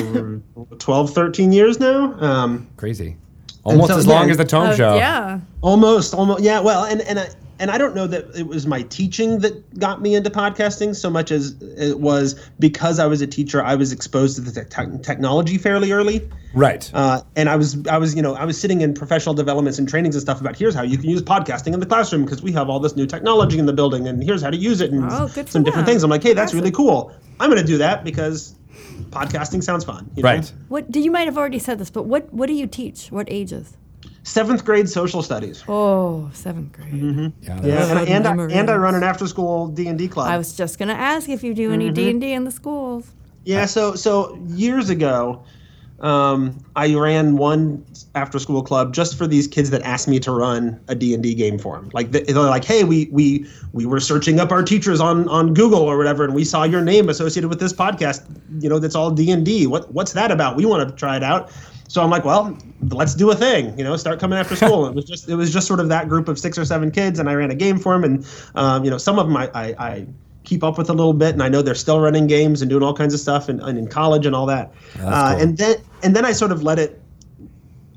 Speaker 7: [laughs] 12, 13 years now. Um,
Speaker 1: Crazy. Almost
Speaker 7: so-
Speaker 1: as long
Speaker 7: yeah.
Speaker 1: as the Tome
Speaker 2: Uh,
Speaker 1: Show.
Speaker 2: yeah.
Speaker 7: almost almost yeah well and and i and I don't know that it was my teaching that got me into podcasting so much as it was because I was a teacher. I was exposed to the tech technology fairly early,
Speaker 1: Right.
Speaker 7: uh, and I was I was you know I was sitting in professional developments and trainings and stuff about here's how you can use podcasting in the classroom because we have all this new technology in the building and here's how to use it and
Speaker 2: Oh, good for
Speaker 7: some
Speaker 2: them.
Speaker 7: different things. I'm like, hey, that's
Speaker 2: Awesome.
Speaker 7: really cool. I'm going to do that because podcasting sounds fun. you know?
Speaker 1: right.
Speaker 2: What? Did you might have already said this, but what? What do you teach? What ages?
Speaker 7: Seventh grade social studies.
Speaker 2: Oh, seventh grade.
Speaker 7: Mm-hmm.
Speaker 1: Yeah,
Speaker 7: Yeah,
Speaker 2: Good
Speaker 7: and, and, I, and I
Speaker 2: memories.
Speaker 7: run an after school D and D club.
Speaker 2: I was just gonna ask if you do any
Speaker 7: Mm-hmm.
Speaker 2: D and D in the schools.
Speaker 7: Yeah, so so years ago, um, I ran one after school club just for these kids that asked me to run a D&D game for them. Like they- they're like, "Hey, we we we were searching up our teachers on on Google or whatever and we saw your name associated with this podcast, you know, that's all D&D. What what's that about? We want to try it out." So I'm like, "Well, let's do a thing, you know, start coming after school." it was just it was just sort of that group of 6 or 7 kids and I ran a game for them and um, you know, some of them I I, I keep up with a little bit and I know they're still running games and doing all kinds of stuff and, and in college and all that. Uh, and then and then I sort of let it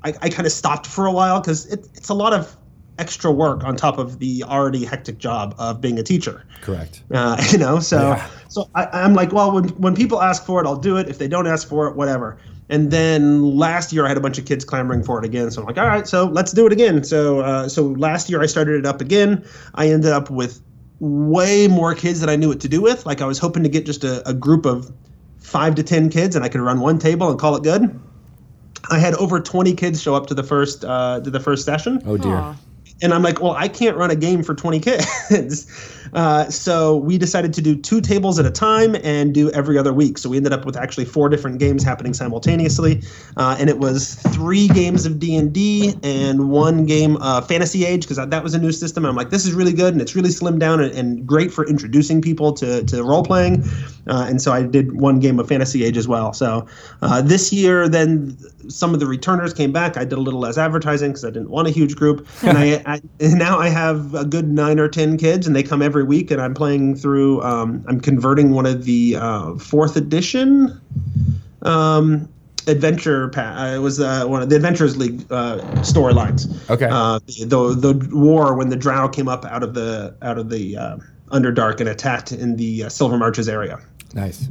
Speaker 7: I, I kind of stopped for a while because it, it's a lot of extra work on top of the already hectic job of being a teacher.
Speaker 1: correct.
Speaker 7: Uh, [laughs] you know, so so I, I'm like, well, when when people ask for it, I'll do it. If they don't ask for it, whatever. And then last year, I had a bunch of kids clamoring for it again. So I'm like, all right, so let's do it again. So uh, so last year, I started it up again. I ended up with way more kids than I knew what to do with. Like I was hoping to get just a, a group of five to ten kids, and I could run one table and call it good. I had over 20 kids show up to the first uh, to the first session
Speaker 1: Oh dear.
Speaker 2: Aw.
Speaker 7: and I'm like, well, I can't run a game for 20 kids. [laughs] Uh, so we decided to do two tables at a time and do every other week. So we ended up with actually four different games happening simultaneously, uh, and it was three games of D and D and one game uh, Fantasy Age because that was a new system. I'm like, this is really good and it's really slimmed down and, and great for introducing people to to role playing. Uh, and so I did one game of Fantasy Age as well. So uh, this year, then some of the returners came back. I did a little less advertising because I didn't want a huge group. And I, I and now I have a good nine or ten kids, and they come every week. And I'm playing through. Um, I'm converting one of the uh, fourth edition um, adventure. Pa- uh, it was uh, one of the Adventurers League uh, storylines.
Speaker 1: Okay.
Speaker 7: Uh, the, the the war when the Drow came up out of the out of the uh, Underdark and attacked in the uh, Silver Marches area.
Speaker 1: Nice.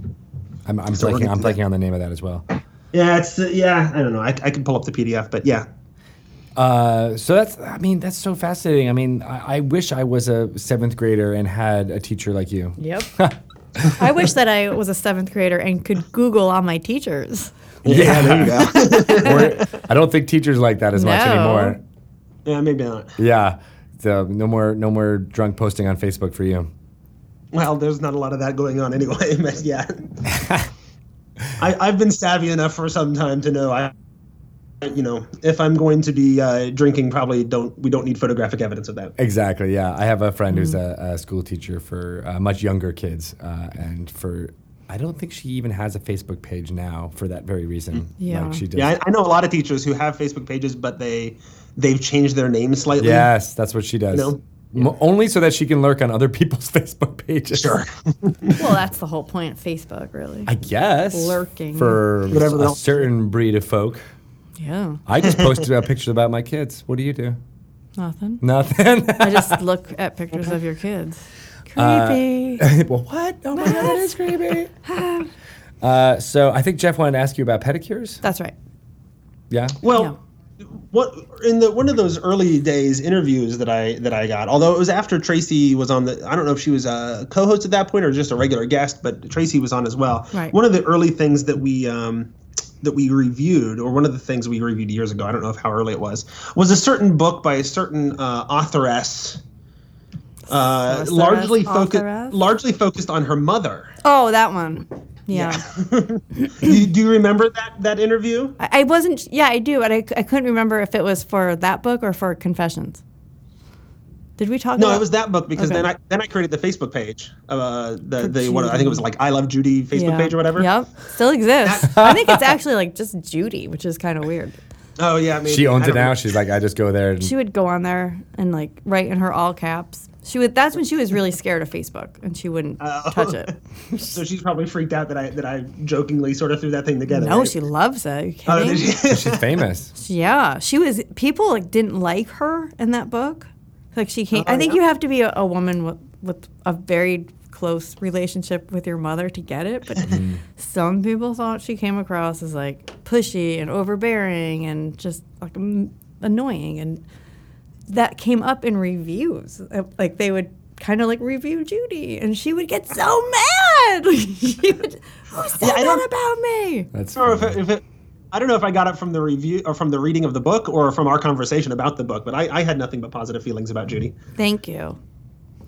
Speaker 1: I'm, I'm
Speaker 7: So we're
Speaker 1: blanking. I'm
Speaker 7: gonna-
Speaker 1: blanking on the name of that as well.
Speaker 7: Yeah, it's uh, yeah. I don't know. I, I can pull up the PDF, but yeah,
Speaker 1: Uh, so that's. I mean, that's so fascinating. I mean, I, I wish I was a seventh grader and had a teacher like you.
Speaker 2: Yep. I wish that I was a seventh grader and could Google all my teachers.
Speaker 1: [laughs] Yeah, [laughs] there you go. I don't think teachers like that as much
Speaker 2: No.
Speaker 1: anymore.
Speaker 7: yeah, maybe not.
Speaker 1: Yeah. So no more, no more drunk posting on Facebook for you.
Speaker 7: Well, there's not a lot of that going on anyway, [laughs] but yeah. I, I've been savvy enough for some time to know I, you know, if I'm going to be uh, drinking, probably don't we don't need photographic evidence of that.
Speaker 1: Exactly. Yeah, I have a friend who's a, a school teacher for uh, much younger kids, uh, and for I don't think she even has a Facebook page now for that very reason.
Speaker 2: Mm, Yeah.
Speaker 1: Like she does.
Speaker 7: Yeah, I, I know a lot of teachers who have Facebook pages, but they they've changed their name slightly.
Speaker 1: yes, that's what she does.
Speaker 7: No.
Speaker 1: M- only so that she can lurk on other [laughs] people's Facebook pages.
Speaker 7: Sure.
Speaker 2: Well, that's the whole point of Facebook, really.
Speaker 1: I guess
Speaker 2: Lurking.
Speaker 1: for
Speaker 7: Whatever
Speaker 1: a
Speaker 7: else.
Speaker 1: certain breed of folk.
Speaker 2: yeah.
Speaker 1: I just posted [laughs] uh, pictures about my kids. What do you do?
Speaker 2: Nothing.
Speaker 1: Nothing. [laughs]
Speaker 2: I just look at pictures of your kids. Creepy.
Speaker 1: well, what? Oh my god, that is
Speaker 2: [laughs]
Speaker 1: creepy. Uh, so I think Jeff wanted to ask you about pedicures.
Speaker 2: that's right.
Speaker 1: Yeah.
Speaker 7: Well, what in the one of those early days interviews that I that I got, although it was after Tracy was on the, I don't know if she was a co-host at that point or just a regular guest, but Tracy was on as well.
Speaker 2: Right.
Speaker 7: One of the early things that we um, that we reviewed, or one of the things we reviewed years ago, I don't know if how early it was, was a certain book by a certain uh, authoress. Uh,
Speaker 2: Authoress,
Speaker 7: largely focused,
Speaker 2: authoress?
Speaker 7: largely focused on her mother.
Speaker 2: Oh, that one. Yeah.
Speaker 7: Do you, do you remember that that interview?
Speaker 2: I, I wasn't, yeah, I do, but I, I couldn't remember if it was for that book or for Confessions. Did we talk
Speaker 7: No,
Speaker 2: about
Speaker 7: it was that book because
Speaker 2: Okay.
Speaker 7: then I then I created the Facebook page. Uh, the the what I think it was like I love Judy Facebook
Speaker 2: Yeah.
Speaker 7: page or whatever.
Speaker 2: Yep. Still
Speaker 7: [laughs]
Speaker 2: exists. I think it's actually like just Judy, which is kind of weird.
Speaker 7: Oh yeah, maybe.
Speaker 1: She owns
Speaker 7: I
Speaker 1: it
Speaker 7: don't
Speaker 1: now.
Speaker 7: know.
Speaker 1: She's like, I just go there. And,
Speaker 2: She would go on there and like write in her all caps. She would. That's when she was really scared of Facebook, and she wouldn't
Speaker 7: Oh.
Speaker 2: touch it.
Speaker 7: [laughs] So she's probably freaked out that I that I jokingly sort of threw that thing together.
Speaker 2: No,
Speaker 7: right?
Speaker 2: she loves it. Are you
Speaker 7: Oh,
Speaker 2: kidding?
Speaker 7: did [laughs] she?
Speaker 1: [laughs] she's famous.
Speaker 2: Yeah, she was. People like didn't like her in that book. Like she came. I think you have to be a, a woman with, with a very close relationship with your mother to get it. But some people thought she came across as like pushy and overbearing and just like mm, annoying, and that came up in reviews. Uh, Like they would kind of like review Judy, and she would get so mad. [laughs] she would, Who said
Speaker 7: I
Speaker 2: that
Speaker 7: don't-
Speaker 2: about me?
Speaker 1: That's
Speaker 7: or if it, if it, I don't know if I got it from the review or from the reading of the book or from our conversation about the book, but I, I had nothing but positive feelings about Judy.
Speaker 2: Thank you.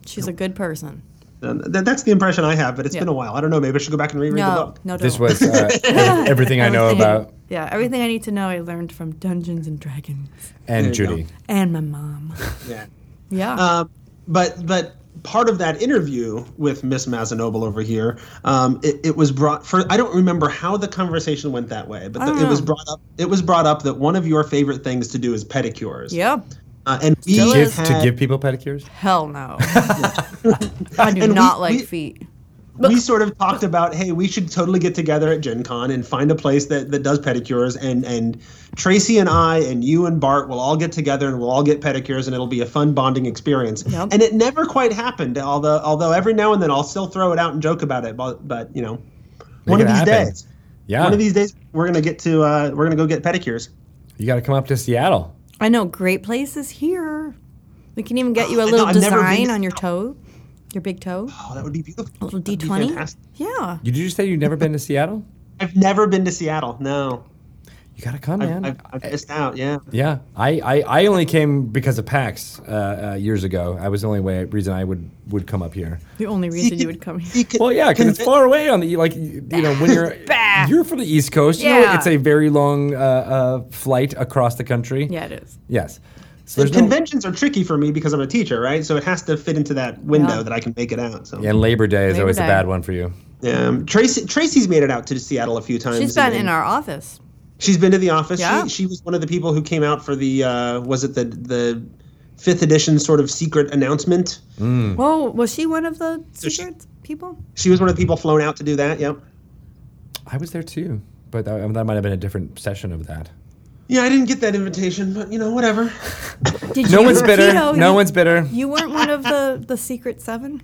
Speaker 2: She's a good person.
Speaker 7: Um, th- that's the impression I have, but it's
Speaker 2: Yeah.
Speaker 7: been a while. I don't know. Maybe I should go back and reread the
Speaker 2: No,
Speaker 7: book.
Speaker 2: no,
Speaker 1: This
Speaker 2: don't.
Speaker 1: was uh,
Speaker 2: [laughs]
Speaker 1: ev- everything I know
Speaker 2: Everything-
Speaker 1: about
Speaker 2: Yeah, everything I need to know I learned from Dungeons and Dragons
Speaker 1: and
Speaker 7: There you go.
Speaker 1: Judy.
Speaker 2: and my mom.
Speaker 7: Yeah.
Speaker 2: Yeah.
Speaker 7: Um, but but part of that interview with Miss Mazenoble over here, um, it, it was brought for. I don't remember how the conversation went that way, but
Speaker 2: I
Speaker 7: the,
Speaker 2: don't
Speaker 7: it was
Speaker 2: know.
Speaker 7: brought up. It was brought up that one of your favorite things to do is pedicures.
Speaker 2: yeah.
Speaker 7: Uh, and we
Speaker 1: To give,
Speaker 7: had,
Speaker 1: to give people pedicures?
Speaker 2: Hell
Speaker 7: [laughs]
Speaker 2: no. I do
Speaker 7: And we-
Speaker 2: not like
Speaker 7: we-
Speaker 2: feet.
Speaker 7: we sort of talked about, hey, we should totally get together at Gen Con and find a place that, that does pedicures and and Tracy and I and you and Bart will all get together and we'll all get pedicures and it'll be a fun bonding experience.
Speaker 2: Yep.
Speaker 7: And it never quite happened, although although every now and then I'll still throw it out and joke about it, but but you know, one
Speaker 1: it
Speaker 7: of these
Speaker 1: happen.
Speaker 7: days.
Speaker 1: Yeah.
Speaker 7: One of these days we're gonna get to uh, we're gonna go get pedicures.
Speaker 1: you got to come up to Seattle.
Speaker 2: I know great places here. We can even get you a
Speaker 7: [gasps] I know,
Speaker 2: little
Speaker 7: I've never been
Speaker 2: design
Speaker 7: to-
Speaker 2: on your toe, your big
Speaker 7: [gasps]
Speaker 2: toe,
Speaker 7: Oh, that would be beautiful.
Speaker 2: a little
Speaker 7: That'd be
Speaker 2: D20.
Speaker 7: fantastic.
Speaker 2: Yeah.
Speaker 1: You, did you say you've never been to Seattle?
Speaker 7: I've never been to Seattle. No.
Speaker 1: You got to come,
Speaker 7: I've,
Speaker 1: man.
Speaker 7: I've, I've missed out, yeah.
Speaker 1: Yeah, I, I, I only came because of PAX uh, uh, years ago. I was the only way reason I would, would come up here.
Speaker 2: The only reason you would
Speaker 7: [laughs]
Speaker 2: come here.
Speaker 1: Well, yeah, because it's far away on the like you know when
Speaker 2: [laughs]
Speaker 1: you're
Speaker 2: Bah.
Speaker 1: you're from the East Coast. You know,
Speaker 2: Yeah.
Speaker 1: it's a very long uh, uh, flight across the country.
Speaker 2: Yeah, it is.
Speaker 1: Yes. So there's no
Speaker 7: conventions are tricky for me because I'm a teacher, right? So it has to fit into that window
Speaker 2: Yeah.
Speaker 7: that I can make it out. So yeah,
Speaker 1: and Labor Day is
Speaker 2: Labor
Speaker 1: always a
Speaker 2: Day.
Speaker 1: bad one for you.
Speaker 7: um, Tracy Tracy's made it out to Seattle a few times.
Speaker 2: She's been
Speaker 7: and-
Speaker 2: in our office.
Speaker 7: She's been to the office.
Speaker 2: Yeah.
Speaker 7: She, she was one of the people who came out for the uh, was it the the fifth edition sort of secret announcement.
Speaker 1: Hmm.
Speaker 2: Whoa, was she one of the
Speaker 7: she-
Speaker 2: secret people?
Speaker 7: She was one of the people flown out to do that. Yep.
Speaker 1: I was there too, but that, that might have been a different session of
Speaker 2: [laughs]
Speaker 1: that.
Speaker 7: Yeah, I didn't get that invitation, but you know, whatever.
Speaker 2: Did
Speaker 1: No
Speaker 2: you-
Speaker 1: one's bitter.
Speaker 2: Tito,
Speaker 1: no
Speaker 2: you-
Speaker 1: one's bitter.
Speaker 2: You weren't one of the the secret seven.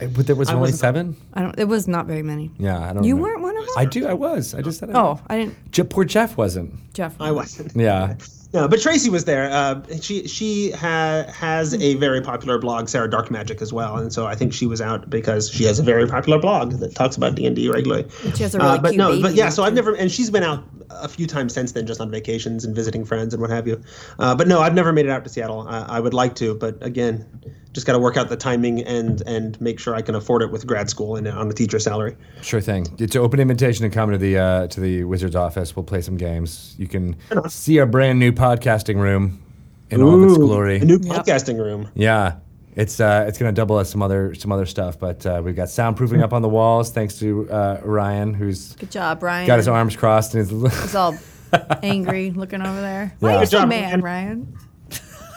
Speaker 1: I- But there was
Speaker 7: I
Speaker 1: only
Speaker 7: wasn't-
Speaker 1: seven.
Speaker 2: I don't. It was not very many.
Speaker 1: Yeah, I don't.
Speaker 2: You
Speaker 1: know.
Speaker 2: weren't one of them.
Speaker 1: Oh, I do. I was. I just said. I
Speaker 2: oh, I didn't.
Speaker 1: Je- poor Jeff wasn't.
Speaker 2: Jeff.
Speaker 7: I wasn't.
Speaker 1: Yeah.
Speaker 7: No, but Tracy was there. Uh, she she ha- has a very popular blog, Sarah Dark Magic, as well, and so I think she was out because she has a very popular blog that talks about D and D regularly. Uh,
Speaker 2: She has a really
Speaker 7: but
Speaker 2: cute
Speaker 7: no,
Speaker 2: baby.
Speaker 7: but yeah. So
Speaker 2: now,
Speaker 7: I've
Speaker 2: too.
Speaker 7: never, and she's been out a few times since then, just on vacations and visiting friends and what have you. Uh, but no, I've never made it out to Seattle. I, I would like to, but again, just got to work out the timing and and make sure I can afford it with grad school and on a teacher salary.
Speaker 1: Sure thing. It's an open invitation to come to the uh, to the Wizards office. We'll play some games. You can see our brand new podcasting room in all of its
Speaker 7: Ooh,
Speaker 1: glory.
Speaker 7: A new
Speaker 2: Yep.
Speaker 7: podcasting room.
Speaker 1: yeah, it's uh, it's going to double as some other some other stuff. But uh, we've got soundproofing up on the walls thanks to uh, Ryan, who's
Speaker 2: Good job, Brian.
Speaker 1: got his arms crossed and his.
Speaker 2: He's all angry, looking over there. Why are you
Speaker 1: Good
Speaker 2: so
Speaker 7: job,
Speaker 2: mad,
Speaker 7: Ryan.
Speaker 2: Ryan?
Speaker 1: [laughs]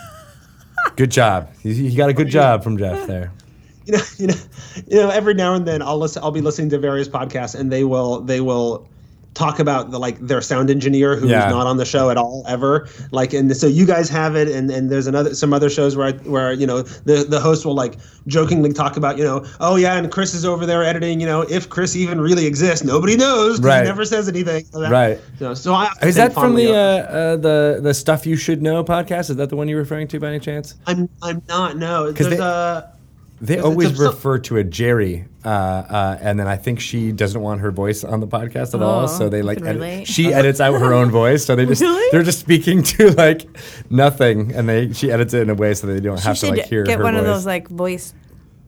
Speaker 1: good job. You, you got a good job from Jeff there.
Speaker 7: you know, [laughs] you know, you know, every now and then I'll listen, I'll be listening to various podcasts, and they will, they will talk about the like their sound engineer who's
Speaker 1: Yeah.
Speaker 7: not on the show at all ever. Like, and so you guys have it, and and there's another some other shows where I, where you know the the host will like jokingly talk about you know oh yeah, and Chris is over there editing. You know, if Chris even really exists, nobody knows. 'cause
Speaker 1: Right.
Speaker 7: He never says anything. So that-
Speaker 1: Right.
Speaker 7: So, so I have to
Speaker 1: Is
Speaker 7: think
Speaker 1: that from
Speaker 7: fondly
Speaker 1: the uh,
Speaker 7: of-
Speaker 1: uh, the the stuff you should know podcast? Is that the one you're referring to by any chance?
Speaker 7: I'm I'm not no. There's
Speaker 1: they-
Speaker 7: a
Speaker 1: They
Speaker 7: Is it
Speaker 1: always
Speaker 7: just some-
Speaker 1: refer to a Jerry, uh, uh, and then I think she doesn't want her voice on the podcast at all.
Speaker 2: Oh,
Speaker 1: So they
Speaker 2: I
Speaker 1: like
Speaker 2: can
Speaker 1: edit-
Speaker 2: relate.
Speaker 1: she edits out her own voice. So they just
Speaker 2: Really?
Speaker 1: they're just speaking to like nothing, and they she edits it in a way so they don't have to
Speaker 2: she should
Speaker 1: like hear
Speaker 2: get
Speaker 1: her
Speaker 2: one
Speaker 1: voice.
Speaker 2: of those like voice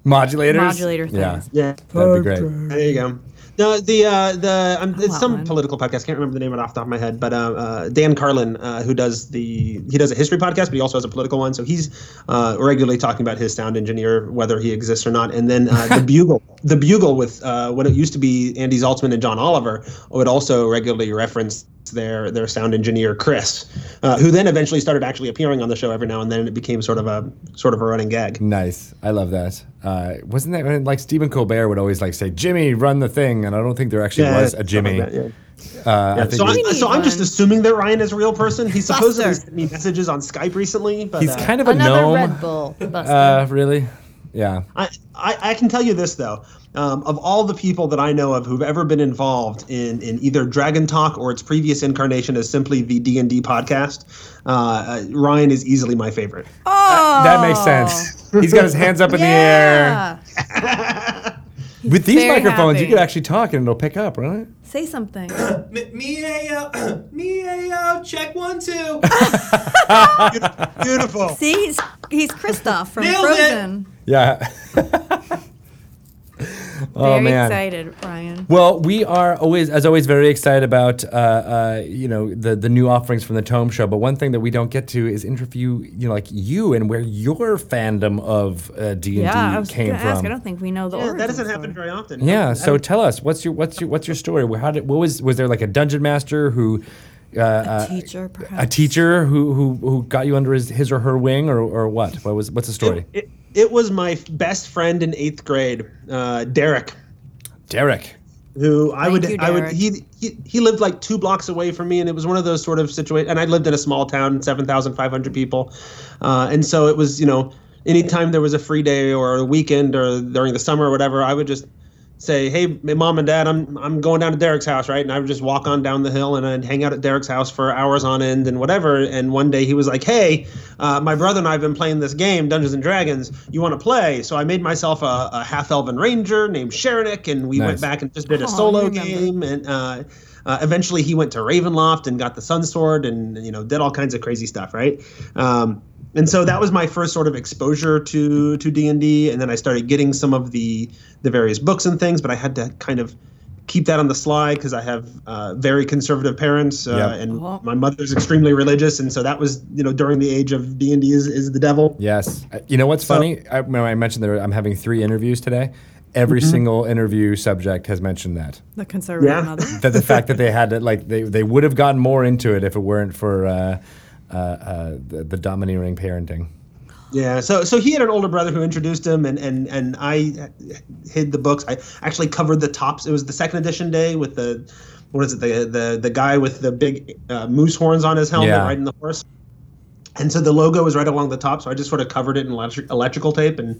Speaker 1: modulators.
Speaker 2: modulator
Speaker 1: Yeah,
Speaker 2: things.
Speaker 7: yeah.
Speaker 1: that'd be great.
Speaker 7: There you go. No, the uh, the um, it's
Speaker 2: want
Speaker 7: some
Speaker 2: one.
Speaker 7: political podcast. Can't remember the name of it off the top of my head, but uh, uh, Dan Carlin, uh, who does the he does a history podcast, but he also has a political one. So he's uh, regularly talking about his sound engineer, whether he exists or not. And then uh, the bugle, the bugle with uh, what it used to be Andy Zaltzman and John Oliver would also regularly reference their their sound engineer Chris, uh, who then eventually started actually appearing on the show every now and then. and It became sort of a sort of a running gag.
Speaker 1: Nice, I love that. Uh, wasn't that when, like Stephen Colbert would always like say, "Jimmy, run the thing," and I don't think there actually was a
Speaker 7: something
Speaker 1: Jimmy.
Speaker 7: like that, yeah.
Speaker 1: Uh, I think
Speaker 7: So,
Speaker 1: it was-
Speaker 7: I,
Speaker 2: We need
Speaker 7: so I'm just
Speaker 2: one.
Speaker 7: assuming that Ryan is a real person. He supposedly
Speaker 2: Buster.
Speaker 7: sent me messages on Skype recently, but
Speaker 1: he's
Speaker 7: uh,
Speaker 1: kind of a
Speaker 2: Another
Speaker 1: gnome.
Speaker 2: Red Bull. Buster.
Speaker 1: uh, really? Yeah.
Speaker 7: I, I, I can tell you this though, um, of all the people that I know of who've ever been involved in in either Dragon Talk or its previous incarnation as simply the D and D podcast, uh, uh, Ryan is easily my favorite.
Speaker 2: oh,
Speaker 1: That makes sense. He's got his hands up in the air.
Speaker 2: yeah.
Speaker 1: With these
Speaker 2: very
Speaker 1: microphones, you
Speaker 2: happy.
Speaker 1: could actually talk and it'll pick up, right?
Speaker 2: Say something.
Speaker 3: M- me a uh, [clears throat] me a uh, check one two.
Speaker 7: Beautiful.
Speaker 2: [laughs] See, he's, he's Kristoff from
Speaker 3: Nailed it!
Speaker 2: Frozen.
Speaker 1: Yeah.
Speaker 2: Very
Speaker 1: Oh, man.
Speaker 2: excited, Ryan.
Speaker 1: Well, we are always, as always, very excited about uh, uh, you know the the new offerings from the Tome Show. But one thing that we don't get to is interview you know like you and where your fandom of uh, D
Speaker 2: Yeah, I
Speaker 1: and
Speaker 2: was
Speaker 1: D came
Speaker 2: gonna
Speaker 1: from.
Speaker 2: ask. I don't think we know the
Speaker 7: Yeah,
Speaker 2: origin
Speaker 7: that doesn't happen
Speaker 2: story.
Speaker 7: very often.
Speaker 1: Yeah.
Speaker 7: I
Speaker 1: So tell us, what's your what's your what's your story? How did what was was there like a dungeon master who, uh, uh,
Speaker 2: Teacher,
Speaker 1: a
Speaker 2: perhaps.
Speaker 1: teacher who who who got you under his his or her wing or or what? What was what's the story?
Speaker 7: It, it was my f- best friend in eighth grade, uh, Derek,
Speaker 1: Derek.
Speaker 7: who I
Speaker 2: Thank
Speaker 7: would,
Speaker 2: you,
Speaker 7: I would,
Speaker 2: Derek.
Speaker 7: he, he, he lived like two blocks away from me, and it was one of those sort of situations. And I lived in a small town, seven thousand five hundred people, uh, and so it was, you know, anytime there was a free day or a weekend or during the summer or whatever, I would just say, "Hey, m- mom and dad, I'm I'm going down to Derek's house, right?" And I would just walk on down the hill and I'd hang out at Derek's house for hours on end and whatever. And one day he was like, "Hey, uh, my brother and I have been playing this game, Dungeons and Dragons. You want to play?" So I made myself a, a half elven ranger named Sharonik, and we
Speaker 1: Nice.
Speaker 7: went back and just did
Speaker 2: Oh,
Speaker 7: a
Speaker 2: I
Speaker 7: solo
Speaker 2: remember.
Speaker 7: game and. Uh, uh, eventually, he went to Ravenloft and got the Sun Sword, and you know did all kinds of crazy stuff, right? Um, and so that was my first sort of exposure to to D and D, and then I started getting some of the the various books and things, but I had to kind of keep that on the sly because I have uh, very conservative parents, uh,
Speaker 1: Yep.
Speaker 7: and
Speaker 2: Oh.
Speaker 7: my mother's extremely religious, and so that was you know during the age of D and D is, is the devil.
Speaker 1: Yes. Uh, You know what's funny? I, remember I mentioned that I'm having three interviews today. Every
Speaker 7: Mm-hmm.
Speaker 1: single interview subject has mentioned that.
Speaker 2: The conservative
Speaker 7: Yeah.
Speaker 1: [laughs]
Speaker 2: mother.
Speaker 1: That the fact that they had to, like, they, they would have gotten more into it if it weren't for uh, uh, uh, the, the domineering parenting.
Speaker 7: Yeah, so so he had an older brother who introduced him, and and and I hid the books. I actually covered the tops. It was the second edition day with the what is it the the the guy with the big uh, moose horns on his helmet
Speaker 1: Yeah.
Speaker 7: riding the horse. And so the logo was right along the top, so I just sort of covered it in electric, electrical tape, and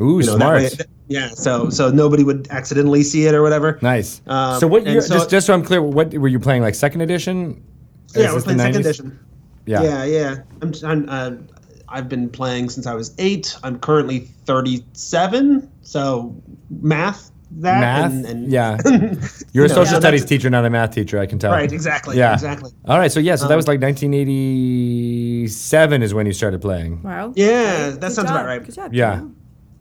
Speaker 1: Ooh,
Speaker 7: you know, that
Speaker 1: smart.
Speaker 7: way- yeah, so so nobody would accidentally see it or whatever.
Speaker 1: [laughs] nice.
Speaker 7: Um,
Speaker 1: so what
Speaker 7: and
Speaker 1: year,
Speaker 7: so-
Speaker 1: just, just so I'm clear, what were you playing, like, second edition? Is
Speaker 7: Yeah, we're
Speaker 1: this the
Speaker 7: playing second
Speaker 1: 90s?
Speaker 7: edition.
Speaker 1: Yeah.
Speaker 7: yeah, yeah. I'm, I'm uh, I've been playing since I was eight. I'm currently 37. So math that
Speaker 1: Math?
Speaker 7: and, and [laughs]
Speaker 1: yeah. You're a
Speaker 7: know,
Speaker 1: social
Speaker 7: so
Speaker 1: studies
Speaker 7: that's-
Speaker 1: teacher, not a math teacher, I can tell.
Speaker 7: right, exactly,
Speaker 1: Yeah.
Speaker 7: exactly. Um,
Speaker 1: All right. So, yeah, so that was like 1987 is when you started playing.
Speaker 2: Wow.
Speaker 7: Yeah,
Speaker 2: Good
Speaker 7: that sounds
Speaker 2: job.
Speaker 7: about right.
Speaker 2: Good job.
Speaker 1: Yeah.
Speaker 2: Joanna.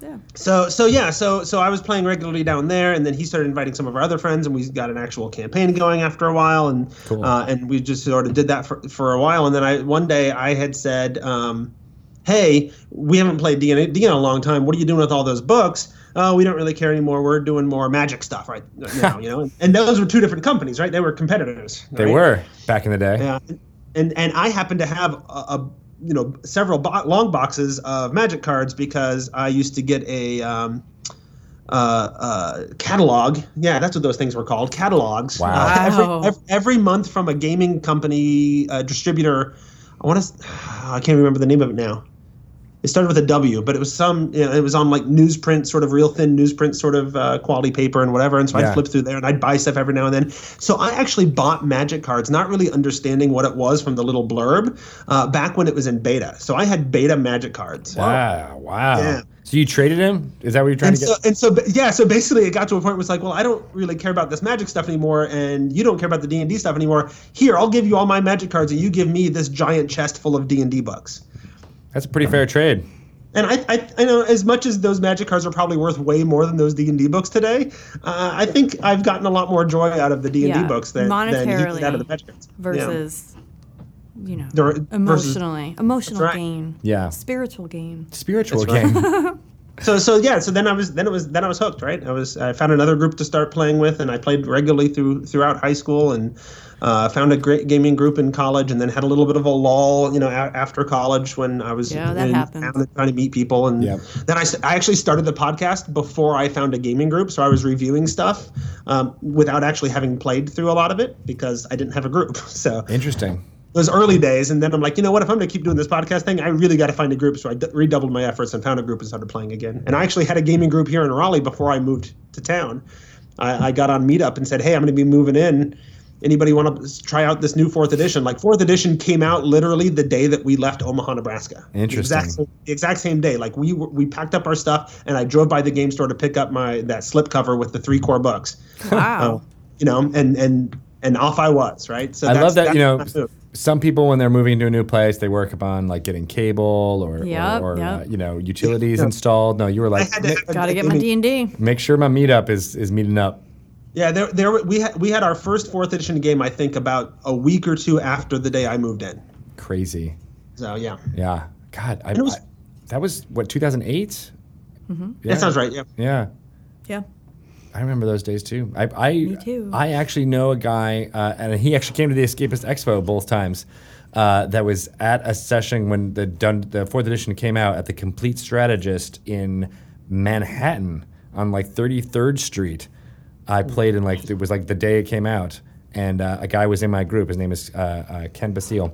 Speaker 2: Yeah.
Speaker 7: So so yeah, so so I was playing regularly down there, and then he started inviting some of our other friends, and we got an actual campaign going after a while, and
Speaker 1: Cool.
Speaker 7: uh, and we just sort of did that for, for a while, and then I one day I had said, um, "Hey, we haven't played D and D in a long time. What are you doing with all those books?" Uh, we don't really care anymore. We're doing more magic stuff right
Speaker 1: [laughs]
Speaker 7: now, you know. And those were two different companies, right? They were competitors.
Speaker 1: They
Speaker 7: right?
Speaker 1: were back in the day.
Speaker 7: Yeah, and and I happen to have a, a you know several bo- long boxes of magic cards because I used to get a um, uh, uh, catalog. Yeah, that's what those things were called, catalogs.
Speaker 1: Wow.
Speaker 7: Uh,
Speaker 2: Wow.
Speaker 7: every, ev- every month from a gaming company uh, distributor. I want to. I can't remember the name of it now. It started with a W, but it was some. You know, it was on like newsprint, sort of real thin newsprint, sort of uh, quality paper and whatever. And so
Speaker 1: Yeah.
Speaker 7: I'd flip through there and I'd buy stuff every now and then. So I actually bought Magic cards, not really understanding what it was from the little blurb, uh, back when it was in beta. So I had beta Magic cards.
Speaker 1: Wow! Wow!
Speaker 7: Yeah.
Speaker 1: So you traded him? Is that what you're trying
Speaker 7: And
Speaker 1: to
Speaker 7: so,
Speaker 1: get?
Speaker 7: and so, ba- yeah. So basically, it got to a point where it's like, well, I don't really care about this magic stuff anymore, and you don't care about the D and D stuff anymore. Here, I'll give you all my magic cards, and you give me this giant chest full of D and D books.
Speaker 1: That's a pretty fair trade.
Speaker 7: And I, I, I know as much as those magic cards are probably worth way more than those D and D books today. Uh, I think I've gotten a lot more joy out of the D and D
Speaker 2: Yeah,
Speaker 7: books than, than you
Speaker 2: monetarily
Speaker 7: get out of the magic cards. Yeah.
Speaker 2: Versus, you know,
Speaker 7: Dur- versus-
Speaker 2: emotionally, emotional
Speaker 7: right.
Speaker 2: gain.
Speaker 1: Yeah.
Speaker 2: Spiritual gain.
Speaker 1: Spiritual
Speaker 7: That's right. [laughs]
Speaker 1: game.
Speaker 7: So so yeah, so then I was then it was then I was hooked, right? I was I found another group to start playing with, and I played regularly through throughout high school, and uh, found a great gaming group in college, and then had a little bit of a lull, you know, a- after college when I was
Speaker 2: Yeah, that
Speaker 7: in
Speaker 2: happens.
Speaker 7: town and trying to meet people, and
Speaker 1: Yep.
Speaker 7: then I, s- I actually started the podcast before I found a gaming group, so I was reviewing stuff um, without actually having played through a lot of it because I didn't have a group, [laughs] so
Speaker 1: Interesting.
Speaker 7: those early days, and then I'm like, you know what? If I'm going to keep doing this podcast thing, I really got to find a group. So I d- redoubled my efforts and found a group and started playing again. And I actually had a gaming group here in Raleigh before I moved to town. I, I got on Meetup and said, hey, I'm going to be moving in. anybody want to try out this new fourth edition? Like fourth edition came out literally the day that we left Omaha, Nebraska.
Speaker 1: Interesting.
Speaker 7: The exact, same- the exact same day. Like we were- we packed up our stuff and I drove by the game store to pick up my that slipcover with the three core books. Uh,
Speaker 2: Wow.
Speaker 7: you know, and and and off I was. Right. So
Speaker 1: I love that, you know,
Speaker 7: that's my move.
Speaker 1: some people when they're moving to a new place, they work upon like getting cable or or-
Speaker 2: Yep,
Speaker 1: or,
Speaker 2: yep.
Speaker 1: Uh, you know utilities installed. No, you were
Speaker 7: I
Speaker 1: like,
Speaker 7: had
Speaker 1: "Ma-
Speaker 7: to have a-
Speaker 2: Got to
Speaker 7: I
Speaker 2: get my
Speaker 7: mean,
Speaker 2: D and D.
Speaker 1: make sure my meetup is is meeting up.
Speaker 7: Yeah, there, there were- we had we had our first fourth edition game. I think about a week or two after the day I moved in.
Speaker 1: Crazy,
Speaker 7: So yeah,
Speaker 1: yeah. God, I,
Speaker 7: it was-
Speaker 1: I- that was what 2008. Mm-hmm.
Speaker 7: that sounds right. Yeah,
Speaker 1: Yeah.
Speaker 2: Yeah.
Speaker 1: I remember those days too. I, I
Speaker 2: Me too.
Speaker 1: I actually know a guy, uh, and he actually came to the Escapist Expo both times. Uh, that was at a session when the dun- the fourth edition came out at the Complete Strategist in Manhattan on like 33rd Street. I played in like it was like the day it came out, and uh, a guy was in my group. His name is uh, uh, Ken Basile.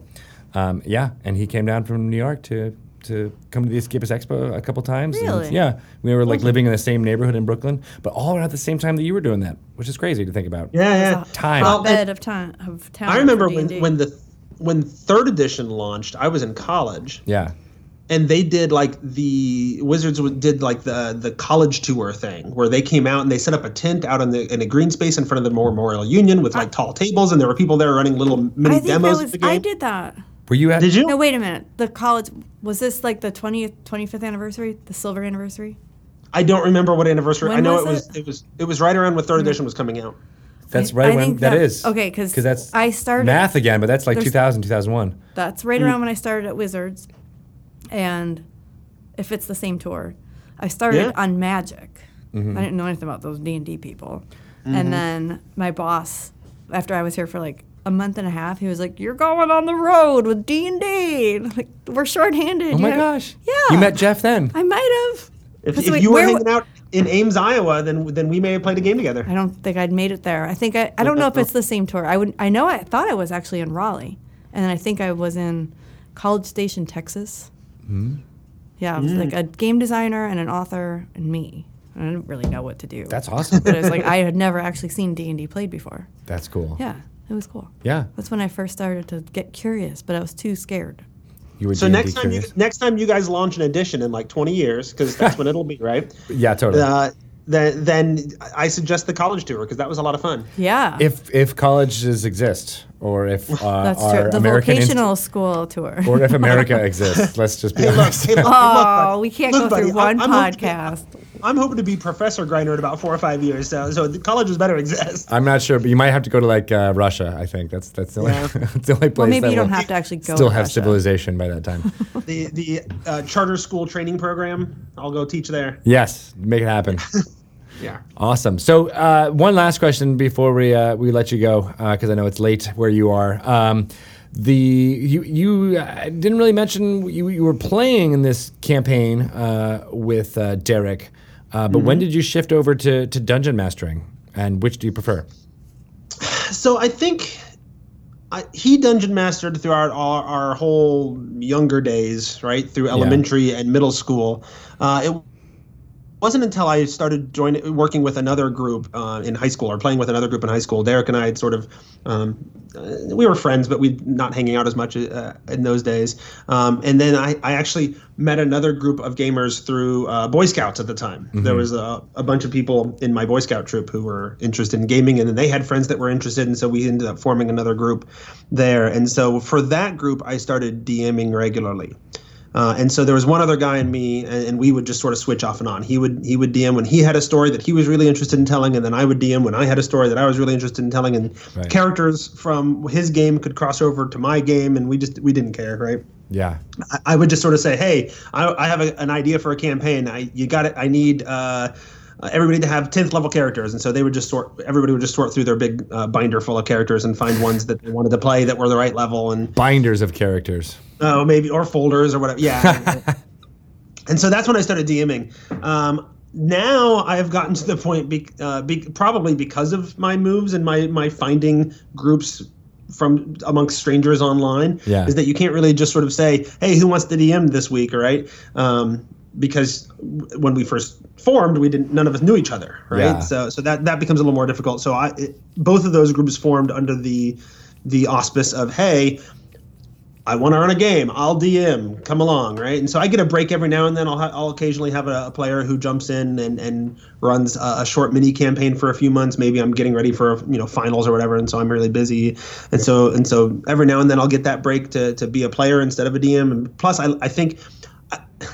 Speaker 1: Um, yeah, and he came down from New York to to come to the Escapist Expo a couple times. and-
Speaker 2: Really?
Speaker 1: yeah, we were like living in the same neighborhood in Brooklyn, but all around the same time that you were doing that, which is crazy to think about.
Speaker 7: yeah, yeah.
Speaker 1: Time.
Speaker 7: Well,
Speaker 2: Bed of time of town.
Speaker 7: I remember
Speaker 2: for
Speaker 7: when
Speaker 2: D&D.
Speaker 7: when the when third edition launched. I was in college,
Speaker 1: Yeah.
Speaker 7: and they did like the Wizards w- did like the the college tour thing where they came out and they set up a tent out in the in a green space in front of the Memorial Union with like tall tables, and there were people there running little mini
Speaker 2: I think that
Speaker 7: demos. of
Speaker 2: was
Speaker 7: the game.
Speaker 2: I did that.
Speaker 1: Were you at?
Speaker 7: Did you?
Speaker 2: No, wait a minute. The college was this like the twentieth, twenty fifth anniversary, the silver anniversary.
Speaker 7: I don't remember what anniversary.
Speaker 2: When
Speaker 7: I
Speaker 2: was
Speaker 7: know it was
Speaker 2: it? Hmm.
Speaker 7: it was it was right around when third edition was coming out.
Speaker 1: That's right
Speaker 2: I
Speaker 1: when
Speaker 2: think
Speaker 1: that
Speaker 2: that-
Speaker 1: is.
Speaker 2: okay, 'cause
Speaker 1: that's
Speaker 2: I started-
Speaker 1: math again, but that's like
Speaker 2: There's-
Speaker 1: 2000, 2001.
Speaker 2: That's right
Speaker 1: Mm.
Speaker 2: around when I started at Wizards, and if it's the same tour, I started
Speaker 7: Yeah.
Speaker 2: on Magic.
Speaker 1: Mm-hmm.
Speaker 2: I didn't know anything about those D and D people, and then my boss, after I was here for like a month and a half, he was like, "You're going on the road with D and D. [laughs] Like we're shorthanded."
Speaker 1: Oh my
Speaker 2: You-
Speaker 1: gosh.
Speaker 2: Yeah.
Speaker 1: You met Jeff then.
Speaker 2: I might have.
Speaker 7: If,
Speaker 2: 'Cause
Speaker 7: if
Speaker 2: wait,
Speaker 7: you were
Speaker 2: where
Speaker 7: hanging
Speaker 2: wa-
Speaker 7: out in Ames, Iowa, then then we may have played a game together.
Speaker 2: I don't think I'd made it there. I think I, I don't know if it's the same tour. I would I know I thought I was actually in Raleigh, and I think I was in College Station, Texas.
Speaker 1: Hmm.
Speaker 2: Yeah, it was
Speaker 7: Hmm.
Speaker 2: like a game designer and an author and me. And I didn't really know what to do.
Speaker 1: That's awesome.
Speaker 2: but it was like I had never actually seen D and D played before.
Speaker 1: that's cool.
Speaker 2: Yeah, it was cool.
Speaker 1: Yeah.
Speaker 2: That's when I first started to get curious, but I was too scared.
Speaker 1: You were
Speaker 7: So
Speaker 1: D&D
Speaker 7: next time, you,
Speaker 1: curious.
Speaker 7: next time you guys launch an edition in like 20 years,
Speaker 2: [laughs]
Speaker 7: because that's when it'll be, right?
Speaker 1: yeah, totally.
Speaker 7: Uh, then, then I suggest the college tour because that was a lot
Speaker 1: [laughs]
Speaker 7: of fun.
Speaker 2: Yeah,
Speaker 1: if uh, if colleges exist, or if
Speaker 2: [laughs]
Speaker 1: uh,
Speaker 2: that's
Speaker 1: our
Speaker 2: true. The
Speaker 1: American inst-
Speaker 2: vocational school tour.
Speaker 1: or
Speaker 2: [laughs]
Speaker 1: if America exists, let's just be
Speaker 7: Hey, look,
Speaker 1: honest.
Speaker 7: hey, look,
Speaker 2: oh,
Speaker 7: look,
Speaker 2: we can't
Speaker 7: look,
Speaker 2: go through
Speaker 7: buddy, I-
Speaker 2: one
Speaker 7: I'm hoping-
Speaker 2: podcast.
Speaker 7: I'm hoping to be Professor Griner in about four or five years, so, so the colleges better
Speaker 2: [laughs]
Speaker 7: exist.
Speaker 1: I'm not sure, but you might have to go to like uh, Russia. I think that's that's the only, [laughs] that's the only place.
Speaker 2: Well, maybe
Speaker 1: that
Speaker 2: you don't
Speaker 1: will
Speaker 2: have to actually go.
Speaker 1: still
Speaker 2: to
Speaker 1: have
Speaker 2: Russia.
Speaker 1: civilization by that
Speaker 2: [laughs]
Speaker 1: time.
Speaker 7: The the uh, charter school training program, I'll go teach there.
Speaker 1: yes, make it happen.
Speaker 7: Yeah.
Speaker 1: Awesome. So, uh, one last question before we uh, we let you go, because I know it's late where you are. Um, the you you uh, didn't really mention you, you were playing in this campaign uh, with uh, Derek, uh, but
Speaker 2: Mm-hmm.
Speaker 1: when did you shift over to, to dungeon mastering, and which do you prefer?
Speaker 7: so I think I, he dungeon mastered throughout our, our whole younger days, right through elementary and middle school. Uh, it wasn't until I started joining working with another group uh, in high school or playing with another group in high school. Derek and I had sort of um, uh, we were friends, but we'd not hanging out as much uh, in those days. Um, and then I, I actually met another group of gamers through uh, Boy Scouts at the time. There was a, a bunch of people in my Boy Scout troop who were interested in gaming, and then they had friends that were interested, and so we ended up forming another group there. And so for that group, I started DMing regularly. Uh, and so there was one other guy and me, and, and we would just sort of switch off and on. He would he would DM when he had a story that he was really interested in telling, and then I would DM when I had a story that I was really interested in telling. And
Speaker 1: Right.
Speaker 7: characters from his game could cross over to my game, and we just we didn't care, right?
Speaker 1: Yeah,
Speaker 7: I, I would just sort of say, hey, I, I have a, an idea for a campaign. I you got it. I need. Uh, uh, everybody to have 10th level characters and so they would just sort everybody would just sort through their big uh, binder full of characters and find ones that they wanted to play that were the right level and
Speaker 1: binders of characters.
Speaker 7: Oh, maybe or folders or whatever. Yeah. and so that's when I started DMing. Um, now I've gotten to the point, be, uh, be, probably because of my moves and my my finding groups from amongst strangers online,
Speaker 1: Yeah.
Speaker 7: is that you can't really just sort of say, "Hey, who wants to DM this week?" All right. Um, because w- when we first formed, we didn't none of us knew each other, right?
Speaker 6: Yeah.
Speaker 7: So so that that becomes a little more difficult. So I it, both of those groups formed under the the auspice of hey, I want to run a game. I'll DM. Come along, right? And so I get a break every now and then. I'll, ha- I'll occasionally have a, a player who jumps in and, and runs a, a short mini campaign for a few months. Maybe I'm getting ready for you know finals or whatever, and so I'm really busy. And so and so every now and then I'll get that break to, to be a player instead of a DM. And plus, I I think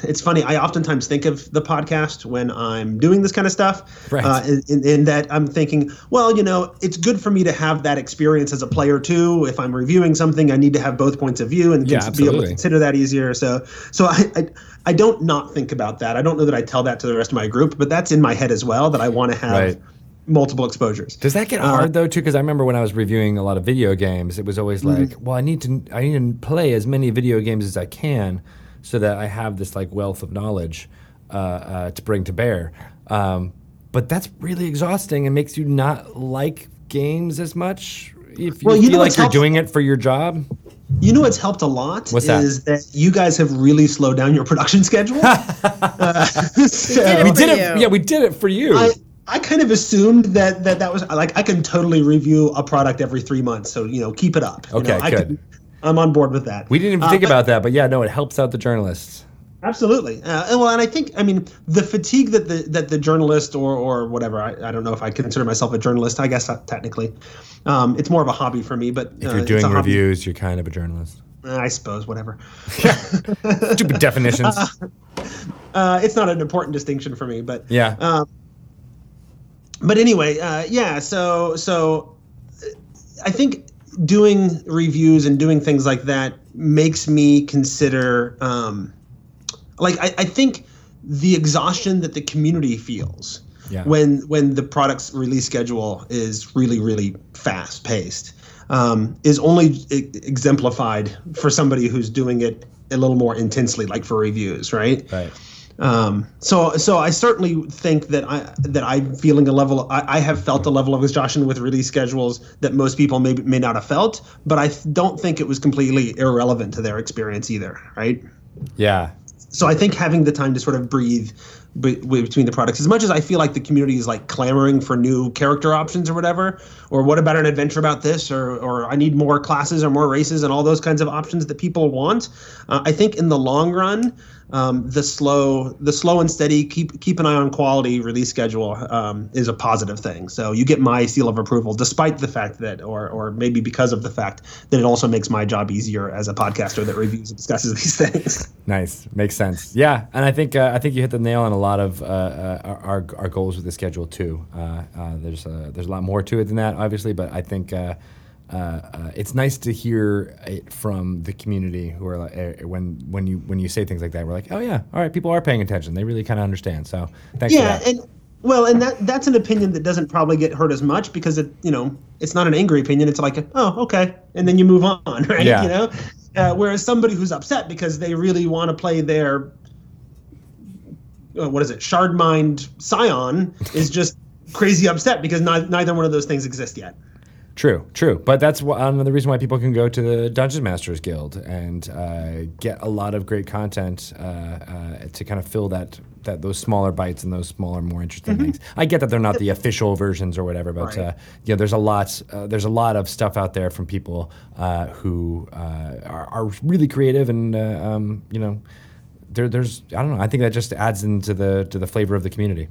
Speaker 7: it's funny. I oftentimes think of the podcast when I'm doing this kind of stuff.
Speaker 1: Right.
Speaker 7: Uh, in- in, in that I'm thinking, well, you know, it's good for me to have that experience as a player too. If I'm reviewing something, I need to have both points of view and
Speaker 1: Yeah,
Speaker 7: cons- be able to
Speaker 1: absolutely.
Speaker 7: consider that easier. So, so I, I, I don't not think about that. I don't know that I tell that to the rest of my group, but that's in my head as well that I want to have
Speaker 1: Right.
Speaker 7: multiple exposures.
Speaker 1: Does that get hard though too? Because I remember when I was reviewing a lot of video games, it was always
Speaker 7: Mm-hmm.
Speaker 1: like, well, I need to I need to play as many video games as I can, so that I have this like wealth of knowledge uh, uh, to bring to bear. Um, but that's really exhausting and makes you not like games as much. If you
Speaker 7: Well, you
Speaker 1: feel
Speaker 7: know
Speaker 1: like
Speaker 7: what's
Speaker 1: you're
Speaker 7: helpful-
Speaker 1: doing it for your job,
Speaker 7: You know what's helped a lot
Speaker 1: What's that?
Speaker 7: is that? you guys have really slowed down your
Speaker 1: [laughs]
Speaker 7: production schedule. Uh, [laughs] so-
Speaker 2: did it
Speaker 1: we
Speaker 2: for
Speaker 1: did it.
Speaker 2: you.
Speaker 1: Yeah, we did it for you.
Speaker 7: I, I kind of assumed that, that that was like I can totally review a product every three months, so you know keep it up. You
Speaker 1: Okay,
Speaker 7: know, I
Speaker 1: good.
Speaker 7: can- I'm on board with that.
Speaker 1: we didn't even
Speaker 7: Uh,
Speaker 1: think
Speaker 7: but-
Speaker 1: about that, but yeah, no, it helps out the journalists.
Speaker 7: Absolutely. Uh, and well, and I think I mean the fatigue that the that the journalist or or whatever I, I don't know if I consider myself a journalist. I guess uh, technically, um, it's more of a hobby for me. But uh,
Speaker 1: If you're doing reviews, you're kind of a journalist.
Speaker 7: I suppose whatever.
Speaker 1: Stupid definitions.
Speaker 7: [laughs] Uh, it's not an important distinction for me, but
Speaker 1: Yeah.
Speaker 7: Um, but anyway, uh, yeah. So so I think doing reviews and doing things like that makes me consider um, like I, I think the exhaustion that the community feels
Speaker 1: Yeah.
Speaker 7: when when the product's release schedule is really really fast paced um, is only e- exemplified for somebody who's doing it a little more intensely like for reviews right
Speaker 1: right.
Speaker 7: um, so, so I certainly think that I that I'm feeling a level. I, I have felt a level of exhaustion with release schedules that most people may may not have felt, but I don't think it was completely irrelevant to their experience either, right?
Speaker 1: Yeah.
Speaker 7: So I think having the time to sort of breathe be, between the products, as much as I feel like the community is like clamoring for new character options or whatever, or what about an adventure about this, or or I need more classes or more races and all those kinds of options that people want. Uh, I think in the long run, um, the slow the slow and steady keep keep an eye on quality release schedule um, is a positive thing. So you get my seal of approval, despite the fact that, or or maybe because of the fact that it also makes my job easier as a podcaster that reviews and discusses these [laughs] things.
Speaker 1: Nice, makes sense. Yeah, and I think uh, I think you hit the nail on a lot of uh, uh, our our goals with the schedule too. Uh, uh, there's uh, there's a lot more to it than that, obviously, but I think uh, uh, uh, it's nice to hear it from the community who are like uh, when when you when you say things like that, we're like, oh yeah, all right, people are paying attention. They really kind of understand. So thanks. for
Speaker 7: yeah
Speaker 1: that.
Speaker 7: and well and that that's an opinion that doesn't probably get heard as much because it you know it's not an angry opinion it's like oh okay and then you move on [laughs] right
Speaker 1: Yeah.
Speaker 7: you know uh, whereas somebody who's upset because they really want to play their uh, what is it shard mind scion is just crazy upset because ni- neither one of those things exist yet
Speaker 1: True, true. But that's wh- another reason why people can go to the Dungeon Masters Guild and uh, get a lot of great content uh, uh, to kind of fill that that those smaller bites and those smaller, more interesting things. I get that they're not the official versions or whatever, but
Speaker 7: Right.
Speaker 1: uh, you know, there's a lot uh, there's a lot of stuff out there from people uh, who uh, are, are really creative and uh, um, you know. There, there's, I don't know. I think that just adds into the to the flavor of the community.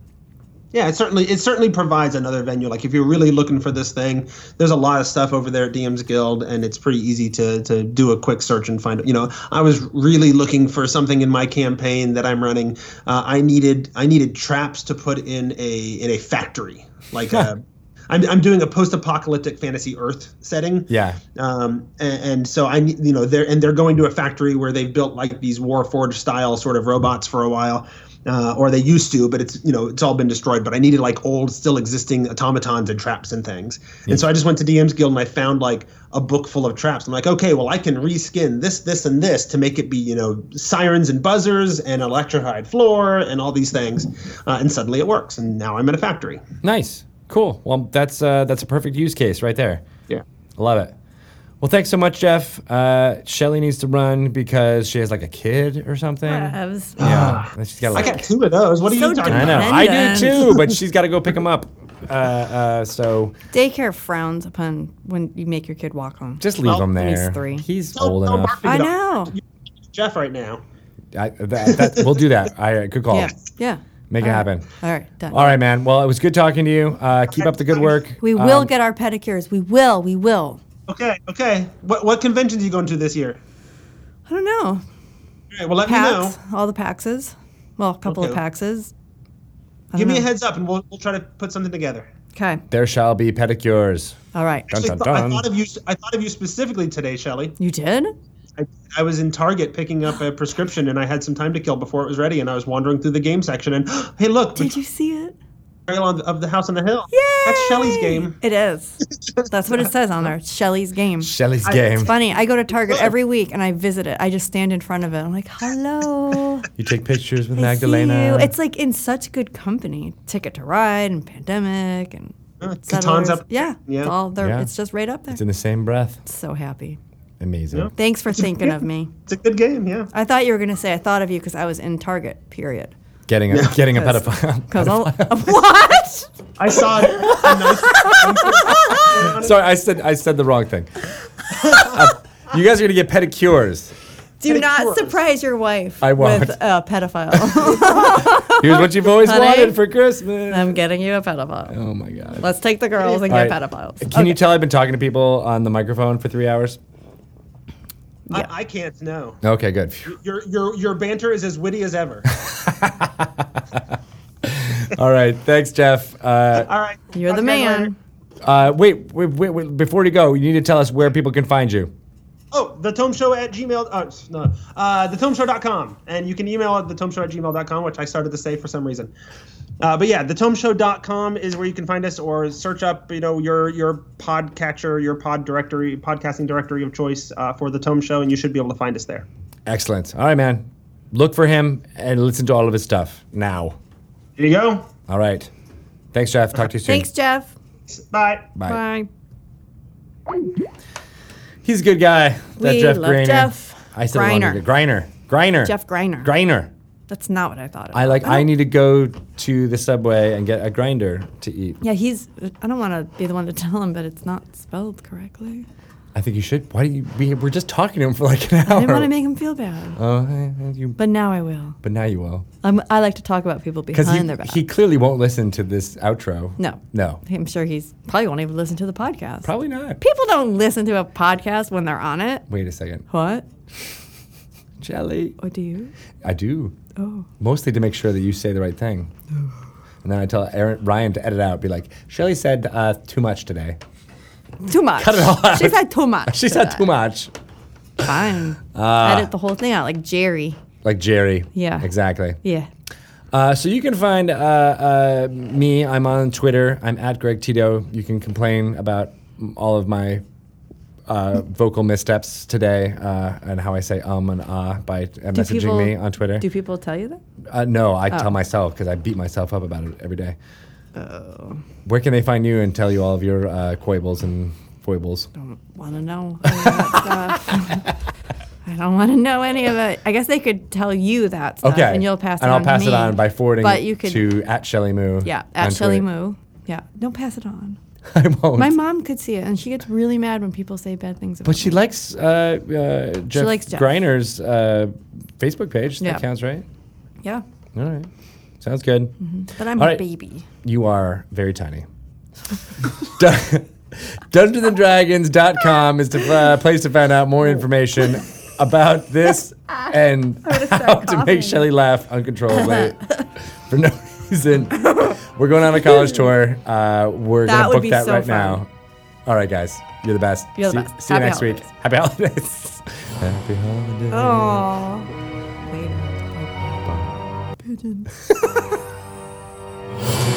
Speaker 7: Yeah, it certainly it certainly provides another venue. Like if you're really looking for this thing, there's a lot of stuff over there at DM's Guild, and it's pretty easy to to do a quick search and find. You know, I was really looking for something in my campaign that I'm running. Uh, I needed I needed traps to put in a in a factory, like a. I'm, I'm doing a post-apocalyptic fantasy Earth setting,
Speaker 1: Yeah,
Speaker 7: um, and, and so I, you know, they're and they're going to a factory where they've built like these Warforged style sort of robots for a while, uh, or they used to, but it's you know it's all been destroyed. But I needed like old, still existing automatons and traps and things, and so I just went to DM's Guild and I found like a book full of traps. I'm like, okay, well I can reskin this, this, and this to make it be you know sirens and buzzers and electrified floor and all these things, uh, and suddenly it works. And now I'm at a factory.
Speaker 1: nice, cool. Well, that's uh, that's a perfect use case right there.
Speaker 7: Yeah.
Speaker 1: Love it. Well, thanks so much, Jeff. Uh, Shelly needs to run because she has like a kid or something.
Speaker 2: I was
Speaker 1: yeah, she's got
Speaker 7: I
Speaker 1: like
Speaker 7: got two of those. What are
Speaker 2: So
Speaker 7: you talking
Speaker 1: I know.
Speaker 7: about?
Speaker 1: I do
Speaker 2: Dependent.
Speaker 1: too, but she's got to go pick him up. Uh, uh, so
Speaker 2: daycare frowns upon when you make your kid walk home.
Speaker 1: just leave
Speaker 7: Well,
Speaker 1: him
Speaker 2: he's
Speaker 1: there.
Speaker 2: three.
Speaker 1: He's
Speaker 7: Don't-
Speaker 1: old
Speaker 7: don't
Speaker 1: enough.
Speaker 7: market
Speaker 2: I
Speaker 7: it up.
Speaker 2: know.
Speaker 7: Jeff right now.
Speaker 1: I, that, that, we'll do that. I uh, good call.
Speaker 2: Yeah. Yeah.
Speaker 1: Make it
Speaker 2: All right.
Speaker 1: happen.
Speaker 2: All right. Done.
Speaker 1: All right, man. Well, it was good talking to you. Uh, keep up the good work.
Speaker 2: We
Speaker 1: Um,
Speaker 2: will get our pedicures. We will. We will.
Speaker 7: Okay, okay. What what conventions are you going to this year?
Speaker 2: I don't know.
Speaker 7: All right, well let me know.
Speaker 2: Pax. All the Paxes. Well, a couple of
Speaker 7: Okay.
Speaker 2: Paxes. I
Speaker 7: Give
Speaker 2: don't
Speaker 7: me a
Speaker 2: know.
Speaker 7: heads up, and we'll we'll try to put something together.
Speaker 2: Okay.
Speaker 1: There shall be pedicures.
Speaker 2: All right.
Speaker 1: Dun,
Speaker 7: Actually,
Speaker 1: dun,
Speaker 7: th- I
Speaker 1: dun.
Speaker 7: thought of you. I thought of you specifically today, Shelley.
Speaker 2: You did?
Speaker 7: I, I was in Target picking up a prescription, and I had some time to kill before it was ready. And I was wandering through the game section, and [gasps] hey, look,
Speaker 2: Did you see it?
Speaker 7: Betrayal on- of the House on the Hill.
Speaker 2: Yay!
Speaker 7: that's Shelley's game.
Speaker 2: It is. That's what it says on there. It's Shelley's game.
Speaker 1: Shelly's game.
Speaker 2: It's funny. I go to Target every week and I visit it. I just stand in front of it. I'm like, hello.
Speaker 1: You take pictures with
Speaker 2: I see
Speaker 1: Magdalena.
Speaker 2: you. It's like in such good company. Ticket to Ride and Pandemic and
Speaker 7: Uh, Catan's
Speaker 2: Settlers.
Speaker 7: up.
Speaker 2: Yeah.
Speaker 7: Yeah.
Speaker 2: It's all there.
Speaker 1: Yeah.
Speaker 2: It's just right up there.
Speaker 1: It's in the same breath.
Speaker 2: so happy.
Speaker 1: Amazing.
Speaker 7: Yeah.
Speaker 2: Thanks for thinking
Speaker 1: [laughs]
Speaker 2: of me.
Speaker 7: It's a good game. Yeah.
Speaker 2: I thought you were going to say I thought of you because I was in Target, period.
Speaker 1: Getting a getting a
Speaker 2: Because-
Speaker 1: pedophile. [laughs]
Speaker 2: [laughs] Because all. What?
Speaker 7: I saw it.
Speaker 2: [laughs]
Speaker 7: A nice-
Speaker 1: Sorry, I said I said the wrong
Speaker 2: [laughs]
Speaker 1: thing. Uh, you guys are gonna get pedicures.
Speaker 2: Do
Speaker 7: Pedicures.
Speaker 2: not surprise your wife
Speaker 1: I won't.
Speaker 2: with a
Speaker 1: [laughs]
Speaker 2: pedophile.
Speaker 1: Here's what you've always
Speaker 2: Honey?
Speaker 1: wanted for Christmas.
Speaker 2: I'm getting you a pedophile.
Speaker 1: oh my god.
Speaker 2: Let's take the girls and get
Speaker 1: All right.
Speaker 2: pedophiles.
Speaker 1: Can you tell I've been talking to people on the microphone for three hours?
Speaker 7: I, I can't know.
Speaker 1: Okay, good. [laughs] Phew.
Speaker 7: Your your your banter is as witty as ever.
Speaker 1: All right, thanks, Jeff. Uh,
Speaker 7: All right.
Speaker 2: You're
Speaker 7: Talk
Speaker 2: the
Speaker 7: to you guys
Speaker 2: man.
Speaker 7: later.
Speaker 1: uh, wait, wait, wait, wait, before you go, you need to tell us where people can find you.
Speaker 7: Oh, the Tome Show at Gmail. Uh, s- no, uh, thetomeshow.com. And you can email at thetomeshow at gmail.com, which I started to say for some reason. Uh, but yeah, thetomeshow.com is where you can find us or search up, you know, your your podcatcher, your pod directory, podcasting directory of choice uh, for the Tome Show, and you should be able to find us there.
Speaker 1: Excellent. All right, man. Look for him and listen to all of his stuff now.
Speaker 7: There you go.
Speaker 1: All right. Thanks, Jeff. Talk to you soon.
Speaker 2: Thanks, Jeff.
Speaker 7: Bye.
Speaker 1: Bye.
Speaker 2: Bye.
Speaker 1: He's a good guy. That
Speaker 2: We
Speaker 1: Jeff
Speaker 2: love
Speaker 1: Griner.
Speaker 2: Jeff.
Speaker 1: I said Griner.
Speaker 2: Griner.
Speaker 1: Griner. Griner.
Speaker 2: Jeff Uh-huh. Griner.
Speaker 1: Griner.
Speaker 2: That's not what I thought. Of.
Speaker 1: I like. I need to go to the subway and get a grinder to eat.
Speaker 2: yeah, he's. I don't want to be the one to [laughs] tell him, but it's not spelled correctly.
Speaker 1: I think you should. Why do you? We were just talking to him for like an hour.
Speaker 2: I didn't want to make him feel bad,
Speaker 1: Oh, eh, eh, you.
Speaker 2: but now I will.
Speaker 1: But now you will.
Speaker 2: I'm, I like to talk about people
Speaker 1: Because
Speaker 2: behind their back.
Speaker 1: he, he clearly won't listen to this outro.
Speaker 2: no,
Speaker 1: No.
Speaker 2: I'm sure he's probably won't even listen to the podcast.
Speaker 1: Probably not.
Speaker 2: People don't listen to a podcast when they're on it.
Speaker 1: Wait a second.
Speaker 2: What?
Speaker 1: Jelly.
Speaker 2: What do you?
Speaker 1: I do.
Speaker 2: Oh.
Speaker 1: Mostly to make sure that you say the right thing. And then I tell Aaron, Ryan to edit out, be like, Shelly said uh, too much today. [laughs]
Speaker 2: Too much.
Speaker 1: Cut it all out.
Speaker 2: She said too
Speaker 1: [laughs]
Speaker 2: much.
Speaker 1: She said too much. Ah.
Speaker 2: much. Fine. Edit the whole thing out, like Jerry.
Speaker 1: Like Jerry.
Speaker 2: Yeah.
Speaker 1: Exactly.
Speaker 2: Yeah.
Speaker 1: Uh, so you can find uh, uh, me. I'm on Twitter. I'm at Greg Tito. You can complain about m- all of my uh, vocal missteps today uh, and how I say um and ah by uh, messaging
Speaker 2: people-
Speaker 1: me on Twitter.
Speaker 2: Do Oh. people tell you that?
Speaker 1: Uh, no, I tell myself because I beat myself up about it every day.
Speaker 2: Oh.
Speaker 1: Where can they find you and tell you all of your uh, quibbles and foibles?
Speaker 2: want to know any of that stuff.
Speaker 1: [laughs]
Speaker 2: I don't want to know any of it. I guess they could tell you that stuff,
Speaker 1: Okay,
Speaker 2: and you'll pass it
Speaker 1: and
Speaker 2: on.
Speaker 1: I'll pass
Speaker 2: to
Speaker 1: it
Speaker 2: me.
Speaker 1: on by forwarding
Speaker 2: But
Speaker 1: it
Speaker 2: you could,
Speaker 1: to at Shelly Moo.
Speaker 2: yeah,
Speaker 1: on
Speaker 2: at Shelly
Speaker 1: Twitter.
Speaker 2: Moo. Yeah, don't pass it on.
Speaker 1: [laughs] I won't.
Speaker 2: My mom could see it, and she gets really mad when people say bad things. About
Speaker 1: But she likes uh, uh, Jeff
Speaker 2: likes Jeff.
Speaker 1: Griner's uh, Facebook page.
Speaker 2: Yeah.
Speaker 1: That counts, right?
Speaker 2: me. yeah,
Speaker 1: All right. Sounds good.
Speaker 2: but I'm
Speaker 1: All
Speaker 2: a
Speaker 1: right.
Speaker 2: baby.
Speaker 1: You are very tiny. [laughs] Dun- DungeonsandDragons.com is the uh, place to find out more information about
Speaker 2: [laughs]
Speaker 1: this and how to make Shelly laugh uncontrollably [laughs] for no reason. We're going on a college tour. Uh, we're
Speaker 2: That
Speaker 1: going to
Speaker 2: would
Speaker 1: book
Speaker 2: be
Speaker 1: that
Speaker 2: so
Speaker 1: right
Speaker 2: fun.
Speaker 1: now. All right, guys. You're the best.
Speaker 2: You're
Speaker 1: see,
Speaker 2: the best.
Speaker 1: see you
Speaker 2: Happy
Speaker 1: next week.
Speaker 2: holidays.
Speaker 1: Happy holidays. Happy
Speaker 2: [laughs]
Speaker 1: holidays.
Speaker 2: Oh, later.